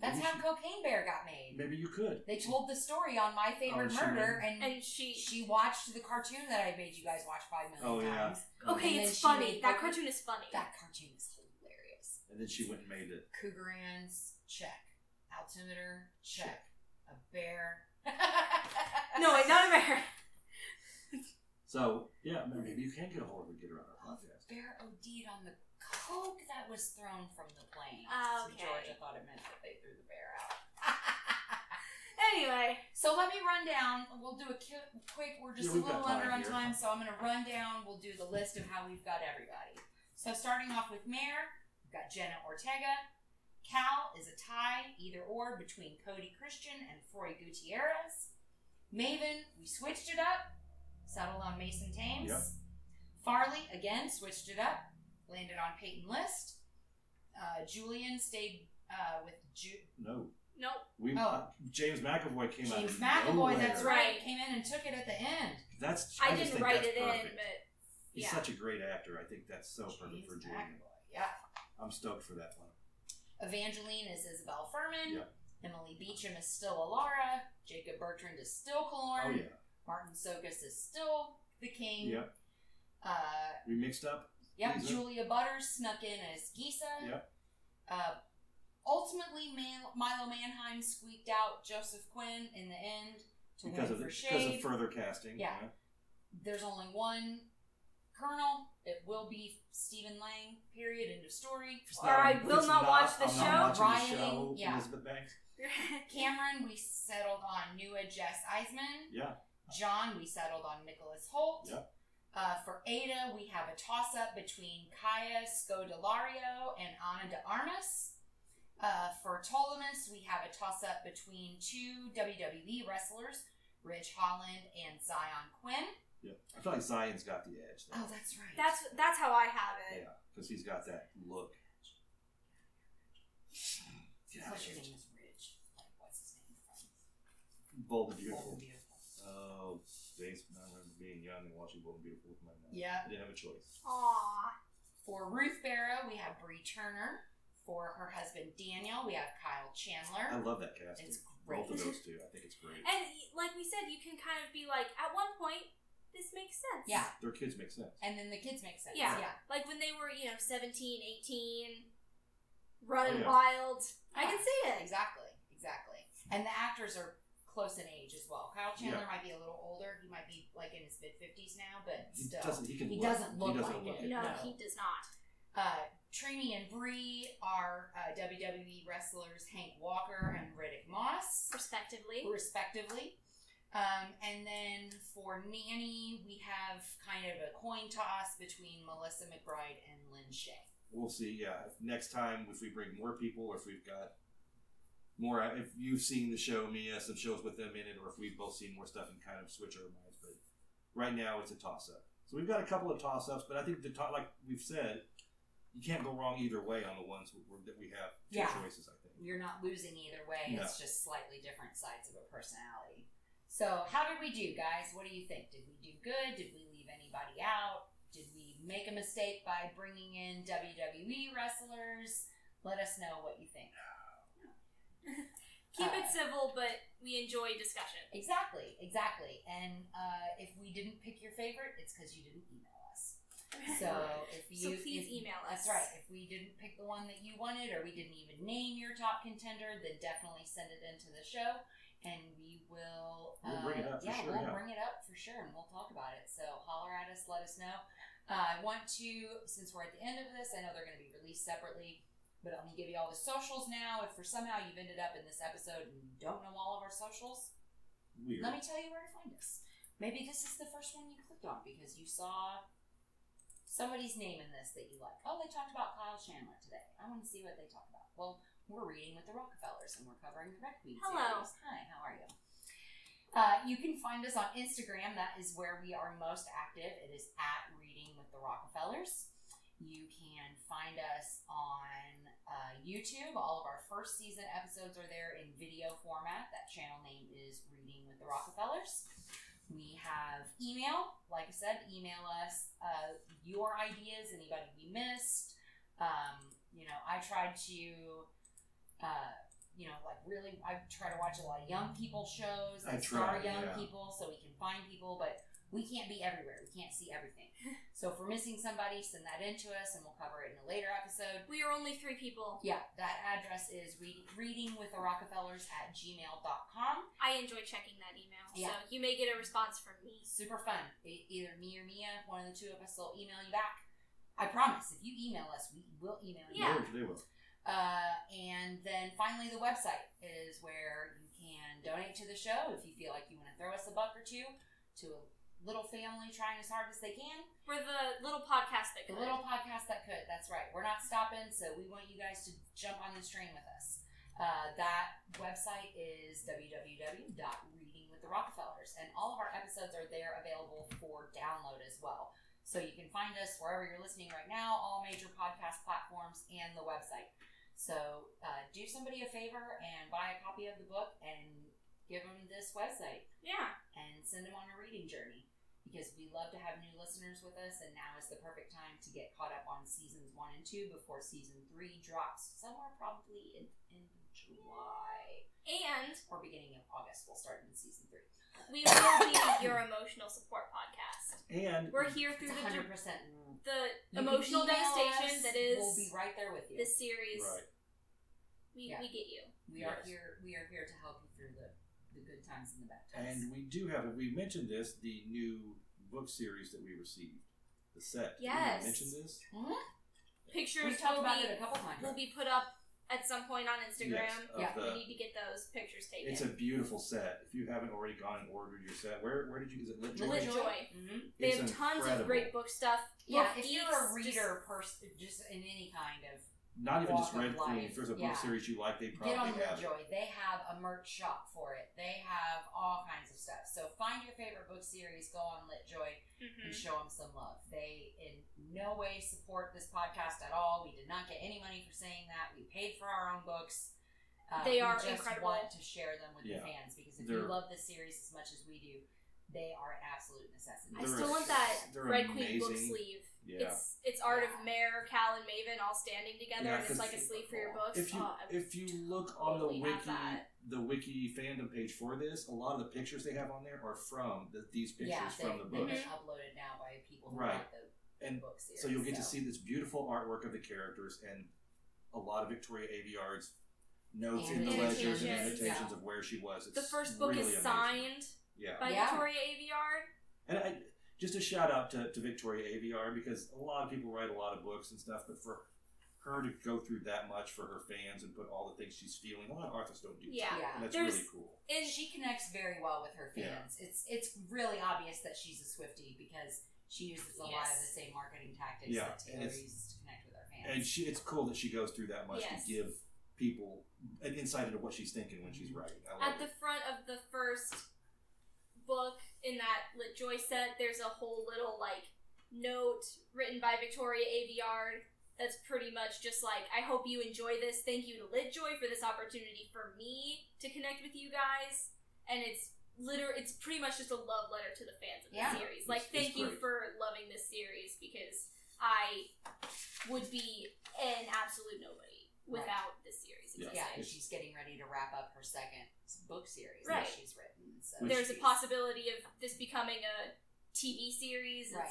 Speaker 1: That's
Speaker 2: Maybe
Speaker 1: how
Speaker 2: she-
Speaker 1: Cocaine Bear got made.
Speaker 2: Maybe you could.
Speaker 1: They told the story on My Favorite
Speaker 2: she
Speaker 1: Murder,
Speaker 2: made-
Speaker 1: and,
Speaker 3: And she.
Speaker 1: she watched the cartoon that I made you guys watch five
Speaker 2: Oh,
Speaker 1: million
Speaker 2: yeah.
Speaker 1: times.
Speaker 3: okay,
Speaker 1: And then
Speaker 3: it's
Speaker 1: she
Speaker 3: funny.
Speaker 1: made
Speaker 3: That
Speaker 1: her-
Speaker 3: cartoon is funny.
Speaker 1: That cartoon is hilarious.
Speaker 2: And then she went and made it.
Speaker 1: Cougarans, check. Altimeter, check. A bear.
Speaker 3: no, wait, not a bear.
Speaker 2: So, yeah, maybe you can get a hold of her and get her on our podcast.
Speaker 1: Bear OD'd on the coke that was thrown from the plane.
Speaker 3: Ah,
Speaker 1: So
Speaker 3: okay.
Speaker 1: Georgia thought it meant that they threw the bear out.
Speaker 3: Anyway.
Speaker 1: so let me run down. We'll do a ki- quick. We're just a
Speaker 2: Yeah, we've got
Speaker 1: little under on
Speaker 2: time here.
Speaker 1: time, so I'm going to run down. We'll do the list of how we've got everybody. So starting off with Mayor, we've got Jenna Ortega. Cal is a tie, either or, between Cody Christian and Froy Gutierrez. Maven, we switched it up, settled on Mason Thames.
Speaker 2: Yep.
Speaker 1: Farley, again, switched it up, landed on Peyton List. Uh, Julian stayed uh, with Ju-
Speaker 2: No.
Speaker 3: Nope.
Speaker 2: We
Speaker 1: Oh.
Speaker 2: James McAvoy came out.
Speaker 1: James
Speaker 2: of
Speaker 1: McAvoy,
Speaker 2: nowhere.
Speaker 1: that's
Speaker 3: nowhere.
Speaker 1: right.
Speaker 3: Right.
Speaker 1: Came in and took it at the end.
Speaker 2: That's
Speaker 3: I,
Speaker 2: just
Speaker 3: didn't
Speaker 2: think
Speaker 3: write
Speaker 2: that's
Speaker 3: it in,
Speaker 2: perfect.
Speaker 3: but
Speaker 2: He's
Speaker 3: yeah.
Speaker 2: such a great actor. I think that's so perfect for
Speaker 1: James
Speaker 2: Julian.
Speaker 1: McAvoy, yeah.
Speaker 2: I'm stoked for that one.
Speaker 1: Evangeline is Isabel Furman.
Speaker 2: Yep.
Speaker 1: Emily Beecham is still Alara. Jacob Bertrand is still Kalorn.
Speaker 2: Oh yeah.
Speaker 1: Martin Sogas is still the king.
Speaker 2: Yep.
Speaker 1: Uh,
Speaker 2: We mixed up.
Speaker 1: Yep,
Speaker 2: Lisa.
Speaker 1: Julia Butters snuck in as Gisa.
Speaker 2: Yep.
Speaker 1: Uh, ultimately, Man- Milo Manheim squeaked out Joseph Quinn in the end to
Speaker 2: Because
Speaker 1: win
Speaker 2: of
Speaker 1: for
Speaker 2: the, because
Speaker 1: Shade.
Speaker 2: of further casting.
Speaker 1: Yeah. There's only one colonel. It will be Stephen Lang. Period. End of story.
Speaker 2: If it's
Speaker 3: Or I
Speaker 2: if
Speaker 3: will
Speaker 2: it's
Speaker 3: not watch the
Speaker 2: I'm
Speaker 1: show.
Speaker 2: Not watching the
Speaker 1: Rioting,
Speaker 2: show.
Speaker 1: yeah.
Speaker 2: Elizabeth Banks.
Speaker 1: Cameron, we settled on Nua Jess Eisman.
Speaker 2: Yeah.
Speaker 1: John, we settled on Nicholas Holt.
Speaker 2: Yep.
Speaker 1: Uh, for Ada, we have a toss up between Kaya Scodelario and Ana de Armas. Uh, for Ptolemus, we have a toss up between two WWE wrestlers, Ridge Holland and Zion Quinn.
Speaker 2: Yeah. I feel like Zion's got the edge.
Speaker 1: Oh, that's right.
Speaker 3: that's that's how I have it.
Speaker 2: yeah, because he's got that look. Yeah.
Speaker 1: What's your name is Ridge. Like, what's his name from?
Speaker 2: Bold and
Speaker 1: Bold
Speaker 2: beautiful.
Speaker 1: and Beautiful.
Speaker 2: Oh, days when I remember being young and watching Bold and Beautiful with my mom.
Speaker 1: Yeah.
Speaker 2: I didn't have a choice.
Speaker 3: Aw.
Speaker 1: For Ruth Barrow, we have Bree Turner. For her husband Daniel, we have Kyle
Speaker 2: I
Speaker 1: Chandler.
Speaker 2: love that casting.
Speaker 1: It's great.
Speaker 2: Both of those two, I think it's great.
Speaker 3: And like we said, you can kind of be like, at one point, this makes sense.
Speaker 1: Yeah.
Speaker 2: Their kids make sense.
Speaker 1: And then the kids make sense.
Speaker 3: Yeah.
Speaker 1: yeah.
Speaker 3: Like when they were, you know, 17, 18, running
Speaker 2: Oh, yeah.
Speaker 3: wild. I
Speaker 1: Yeah.
Speaker 3: can see it.
Speaker 1: Exactly. Exactly. And the actors are close in age as well. Kyle Chandler might be a little older. He might be like in his mid 50s now, but
Speaker 2: He
Speaker 1: still.
Speaker 2: doesn't. He can.
Speaker 1: He
Speaker 2: look.
Speaker 1: doesn't look
Speaker 2: he doesn't
Speaker 1: like
Speaker 2: look
Speaker 1: it.
Speaker 2: it.
Speaker 3: No,
Speaker 1: No.
Speaker 3: he does not.
Speaker 1: Uh, Trini and Bree are uh, WWE wrestlers Hank Walker and Riddick Moss,
Speaker 3: Respectively.
Speaker 1: respectively. Um, and then for Nanny, we have kind of a coin toss between Melissa McBride and Lynn Shay.
Speaker 2: We'll see. Yeah, if next time if we bring more people, or if we've got more, if you've seen the show, me uh, some shows with them in it, or if we've both seen more stuff and kind of switch our minds. But right now, it's a toss up. So we've got a couple of toss ups, but I think the to- like we've said, you can't go wrong either way on the ones we- that we have two
Speaker 1: Yeah.
Speaker 2: choices. I think.
Speaker 1: You're not losing either way.
Speaker 2: No.
Speaker 1: It's just slightly different sides of a personality. So, how did we do, guys? What do you think? Did we do good? Did we leave anybody out? Did we make a mistake by bringing in WWE wrestlers? Let us know what you think.
Speaker 3: Keep
Speaker 1: Uh,
Speaker 3: it civil, but we enjoy discussion.
Speaker 1: Exactly, exactly. And uh, if we didn't pick your favorite, it's because you didn't email us. So if
Speaker 3: So
Speaker 1: you
Speaker 3: please
Speaker 1: if-
Speaker 3: email us.
Speaker 1: That's right. If we didn't pick the one that you wanted, or we didn't even name your top contender, then definitely send it into the show, and we will.
Speaker 2: We'll bring it
Speaker 1: uh,
Speaker 2: up for
Speaker 1: yeah,
Speaker 2: sure,
Speaker 1: we'll
Speaker 2: yeah.
Speaker 1: bring it up for sure, and we'll talk about it. So holler at us, let us know. Uh, I want to, since we're at the end of this, I know they're going to be released separately, but I'm going to give you all the socials now. If for somehow you've ended up in this episode and you don't know all of our socials,
Speaker 2: Weird.
Speaker 1: let me tell you where to find us. Maybe this is the first one you clicked on because you saw somebody's name in this that you like. Oh, they talked about Kyle Chandler today. I want to see what they talk about. Well, we're reading with the Rockefellers and we're covering the Red Queen
Speaker 3: Hello.
Speaker 1: series. Hi, how are you? Uh, you can find us on Instagram. That is where we are most active. It is at Reading with the Rockefellers. You can find us on uh, YouTube. All of our first season episodes are there in video format. That channel name is Reading with the Rockefellers. We have email. Like I said, email us uh, your ideas, anybody we missed. Um, you know, I tried to, uh, you know, like really, I try to watch a lot of young people shows,
Speaker 2: I
Speaker 1: like star
Speaker 2: try,
Speaker 1: young
Speaker 2: yeah.
Speaker 1: people, so we can find people, but we can't be everywhere. We can't see everything. so if we're missing somebody, send that in to us and we'll cover it in a later episode.
Speaker 3: We are only three people.
Speaker 1: Yeah, that address is read, reading with the Rockefellers at gmail.com.
Speaker 3: I enjoy checking that email, so
Speaker 1: Yeah.
Speaker 3: you may get a response from me.
Speaker 1: Super fun. E- either me or Mia, one of the two of us will email you back. I promise. If you email us, we will email you.
Speaker 3: Yeah.
Speaker 2: They will- they will.
Speaker 1: Uh, and then finally, the website is where you can donate to the show if you feel like you want to throw us a buck or two to a little family trying as hard as they can.
Speaker 3: We're the little podcast that
Speaker 1: The
Speaker 3: could.
Speaker 1: little podcast that could. That's right. We're not stopping, so we want you guys to jump on this train with us. Uh, that website is www.readingwiththerrockefellers, and all of our episodes are there available for download as well. So you can find us wherever you're listening right now, all major podcast platforms, and the website. So uh, do somebody a favor and buy a copy of the book and give them this website
Speaker 3: Yeah.
Speaker 1: and send them on a reading journey because we love to have new listeners with us and now is the perfect time to get caught up on seasons one and two before season three drops somewhere probably in, in july
Speaker 3: And
Speaker 1: or beginning of august we'll start in season three
Speaker 3: we will be your emotional support podcast.
Speaker 2: And
Speaker 3: We're here through
Speaker 1: it's 100%
Speaker 3: the de-
Speaker 1: You
Speaker 3: the
Speaker 1: can
Speaker 3: emotional
Speaker 1: email
Speaker 3: devastation
Speaker 1: us,
Speaker 3: that is
Speaker 1: we'll be right there with you
Speaker 3: this series.
Speaker 2: right.
Speaker 3: We,
Speaker 1: Yeah.
Speaker 3: we get you.
Speaker 1: we are
Speaker 2: Yes.
Speaker 1: here we are here to help you through the the good times and the bad times
Speaker 2: And we do have, we mentioned this, the new book series that we received, the set. Did We
Speaker 3: Yes.
Speaker 2: mention this.
Speaker 3: Mm-hmm. Pictures
Speaker 1: we've talked
Speaker 3: will
Speaker 1: about
Speaker 3: be,
Speaker 1: it a couple times
Speaker 3: will be put up at some point on Instagram.
Speaker 2: Yes, of
Speaker 1: Yeah.
Speaker 2: the-
Speaker 3: we need to get those pictures taken.
Speaker 2: it's a beautiful set. If you haven't already gone and ordered your set, where where did you? Is it Lit Joy?
Speaker 3: Lit Joy.
Speaker 1: hmm
Speaker 3: They
Speaker 2: It's
Speaker 3: have tons
Speaker 2: incredible.
Speaker 3: of great book stuff.
Speaker 1: yeah
Speaker 3: Book
Speaker 1: if you're
Speaker 3: geeks,
Speaker 1: a
Speaker 3: just-
Speaker 1: reader person just in any kind of
Speaker 2: Not even just
Speaker 1: walk
Speaker 2: Red
Speaker 1: of
Speaker 2: Queen.
Speaker 1: life.
Speaker 2: If there's a book
Speaker 1: Yeah.
Speaker 2: series you like,
Speaker 1: Get
Speaker 2: they
Speaker 1: on
Speaker 2: probably have. it.
Speaker 1: Lovejoy. They have a merch shop for it. They have all kinds of stuff. So find your favorite book series, go on Litjoy,
Speaker 3: Mhm.
Speaker 1: and show them some love. They in no way support this podcast at all. We did not get any money for saying that. We paid for our own books. Uh,
Speaker 3: They are
Speaker 1: we just
Speaker 3: incredible.
Speaker 1: want to share them with
Speaker 2: Yeah.
Speaker 1: the fans because if
Speaker 2: They're-
Speaker 1: you love this series as much as we do, they are an absolute necessity.
Speaker 3: I
Speaker 2: They're
Speaker 3: still
Speaker 2: a-
Speaker 3: want that
Speaker 2: they're
Speaker 3: Red Queen book
Speaker 2: amazing.
Speaker 3: sleeve.
Speaker 2: Yeah.
Speaker 3: It's it's art of Mare, Cal, and Maven all standing together,
Speaker 2: Yeah,
Speaker 3: and it's
Speaker 2: 'cause
Speaker 3: like a sleeve for your books.
Speaker 2: If you
Speaker 3: Oh, I would-
Speaker 2: if you look on the
Speaker 3: totally have
Speaker 2: wiki
Speaker 3: that.
Speaker 2: the wiki fandom page for this, a lot of the pictures they have on there are from the, these pictures
Speaker 1: yeah,
Speaker 2: from the
Speaker 1: they've
Speaker 2: book.
Speaker 1: been
Speaker 3: Mm-hmm.
Speaker 1: uploaded now by people who
Speaker 2: Right.
Speaker 1: like the, the
Speaker 2: And
Speaker 1: book series.
Speaker 2: So you'll get to see this beautiful artwork of the characters and a lot of Victoria Aveyard's notes in the ledgers and
Speaker 3: Annotations,
Speaker 2: annotations
Speaker 1: yeah.
Speaker 2: of where she was. It's
Speaker 3: the first book
Speaker 2: really
Speaker 3: is
Speaker 2: amazing.
Speaker 3: signed
Speaker 2: Yeah.
Speaker 3: by
Speaker 1: Yeah.
Speaker 3: Victoria Aveyard.
Speaker 2: And I, just a shout out to, to Victoria AVR because a lot of people write a lot of books and stuff, but for her to go through that much for her fans and put all the things she's feeling, a lot of artists don't do
Speaker 3: Yeah.
Speaker 2: that.
Speaker 1: Yeah.
Speaker 2: And that's
Speaker 3: There's-
Speaker 2: really cool.
Speaker 1: and she connects very well with her fans. It's it's really obvious that she's a Swifty because she uses a lot of
Speaker 3: Yes.
Speaker 1: the same marketing tactics
Speaker 2: Yeah,
Speaker 1: that Taylor
Speaker 2: and it's-
Speaker 1: uses to connect with her fans.
Speaker 2: And she, it's cool that she goes through that much
Speaker 3: Yes.
Speaker 2: to give people an insight into what she's thinking when
Speaker 1: Mm-hmm.
Speaker 2: she's writing. I
Speaker 3: At
Speaker 2: love
Speaker 3: the front of the first book in that Lit Joy set, there's a whole little like note written by Victoria Aveyard that's pretty much just like, I hope you enjoy this. Thank you to Lit Joy for this opportunity for me to connect with you guys. And it's liter it's pretty much just a love letter to the fans of the
Speaker 1: Yeah.
Speaker 3: series.
Speaker 2: It's-
Speaker 3: Like
Speaker 2: it's
Speaker 3: thank you
Speaker 2: great.
Speaker 3: for loving this series because I would be an absolute nobody
Speaker 1: Right.
Speaker 3: without this series
Speaker 2: Yeah.
Speaker 3: existing.
Speaker 1: yeah, and she's getting ready to wrap up her second book series
Speaker 3: Right.
Speaker 1: that she's written. So
Speaker 2: Which-
Speaker 3: there's a
Speaker 1: she's-
Speaker 3: possibility of this becoming a TV series. It's-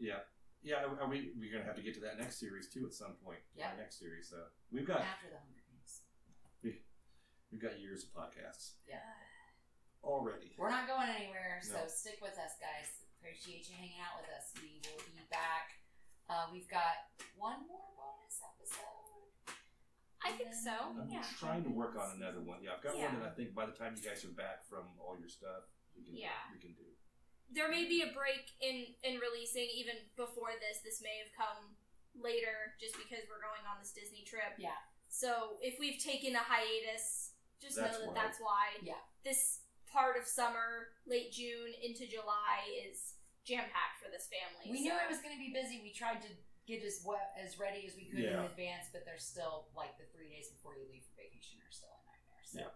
Speaker 1: Right.
Speaker 2: it. Yeah, are we, we're going to have to get to that next series too at some point.
Speaker 1: Yeah.
Speaker 2: Our next series. So we've got,
Speaker 1: after the Hunger Games.
Speaker 2: we've got years of podcasts
Speaker 1: Yeah.
Speaker 2: already.
Speaker 1: We're not going anywhere, so
Speaker 2: No.
Speaker 1: stick with us, guys. Appreciate you hanging out with us. We will be back. Uh, we've got one more bonus episode.
Speaker 3: I think so.
Speaker 2: I'm
Speaker 3: Oh, Yeah.
Speaker 2: trying to work on another one. Yeah, I've got
Speaker 3: Yeah.
Speaker 2: one that I think by the time you guys are back from all your stuff, we can
Speaker 3: Yeah.
Speaker 2: we can do.
Speaker 3: There may be a break in in releasing even before this. This may have come later, just because we're going on this Disney trip.
Speaker 1: Yeah.
Speaker 3: So if we've taken a hiatus, just
Speaker 2: That's
Speaker 3: know that
Speaker 2: why.
Speaker 3: that's why.
Speaker 1: Yeah.
Speaker 3: This part of summer, late June into July, is jam packed for this family.
Speaker 1: We knew
Speaker 3: so-
Speaker 1: it was going to be busy. We tried to get as wet, as ready as we could in
Speaker 2: Yeah.
Speaker 1: advance, but there's still like the three days before you leave for vacation are still a nightmare. So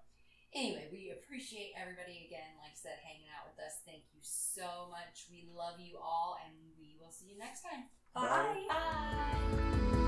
Speaker 1: Anyway, we appreciate everybody again, like I said, hanging out with us. Thank you so much. We love you all, and we will see you next time.
Speaker 2: Bye.
Speaker 1: Bye.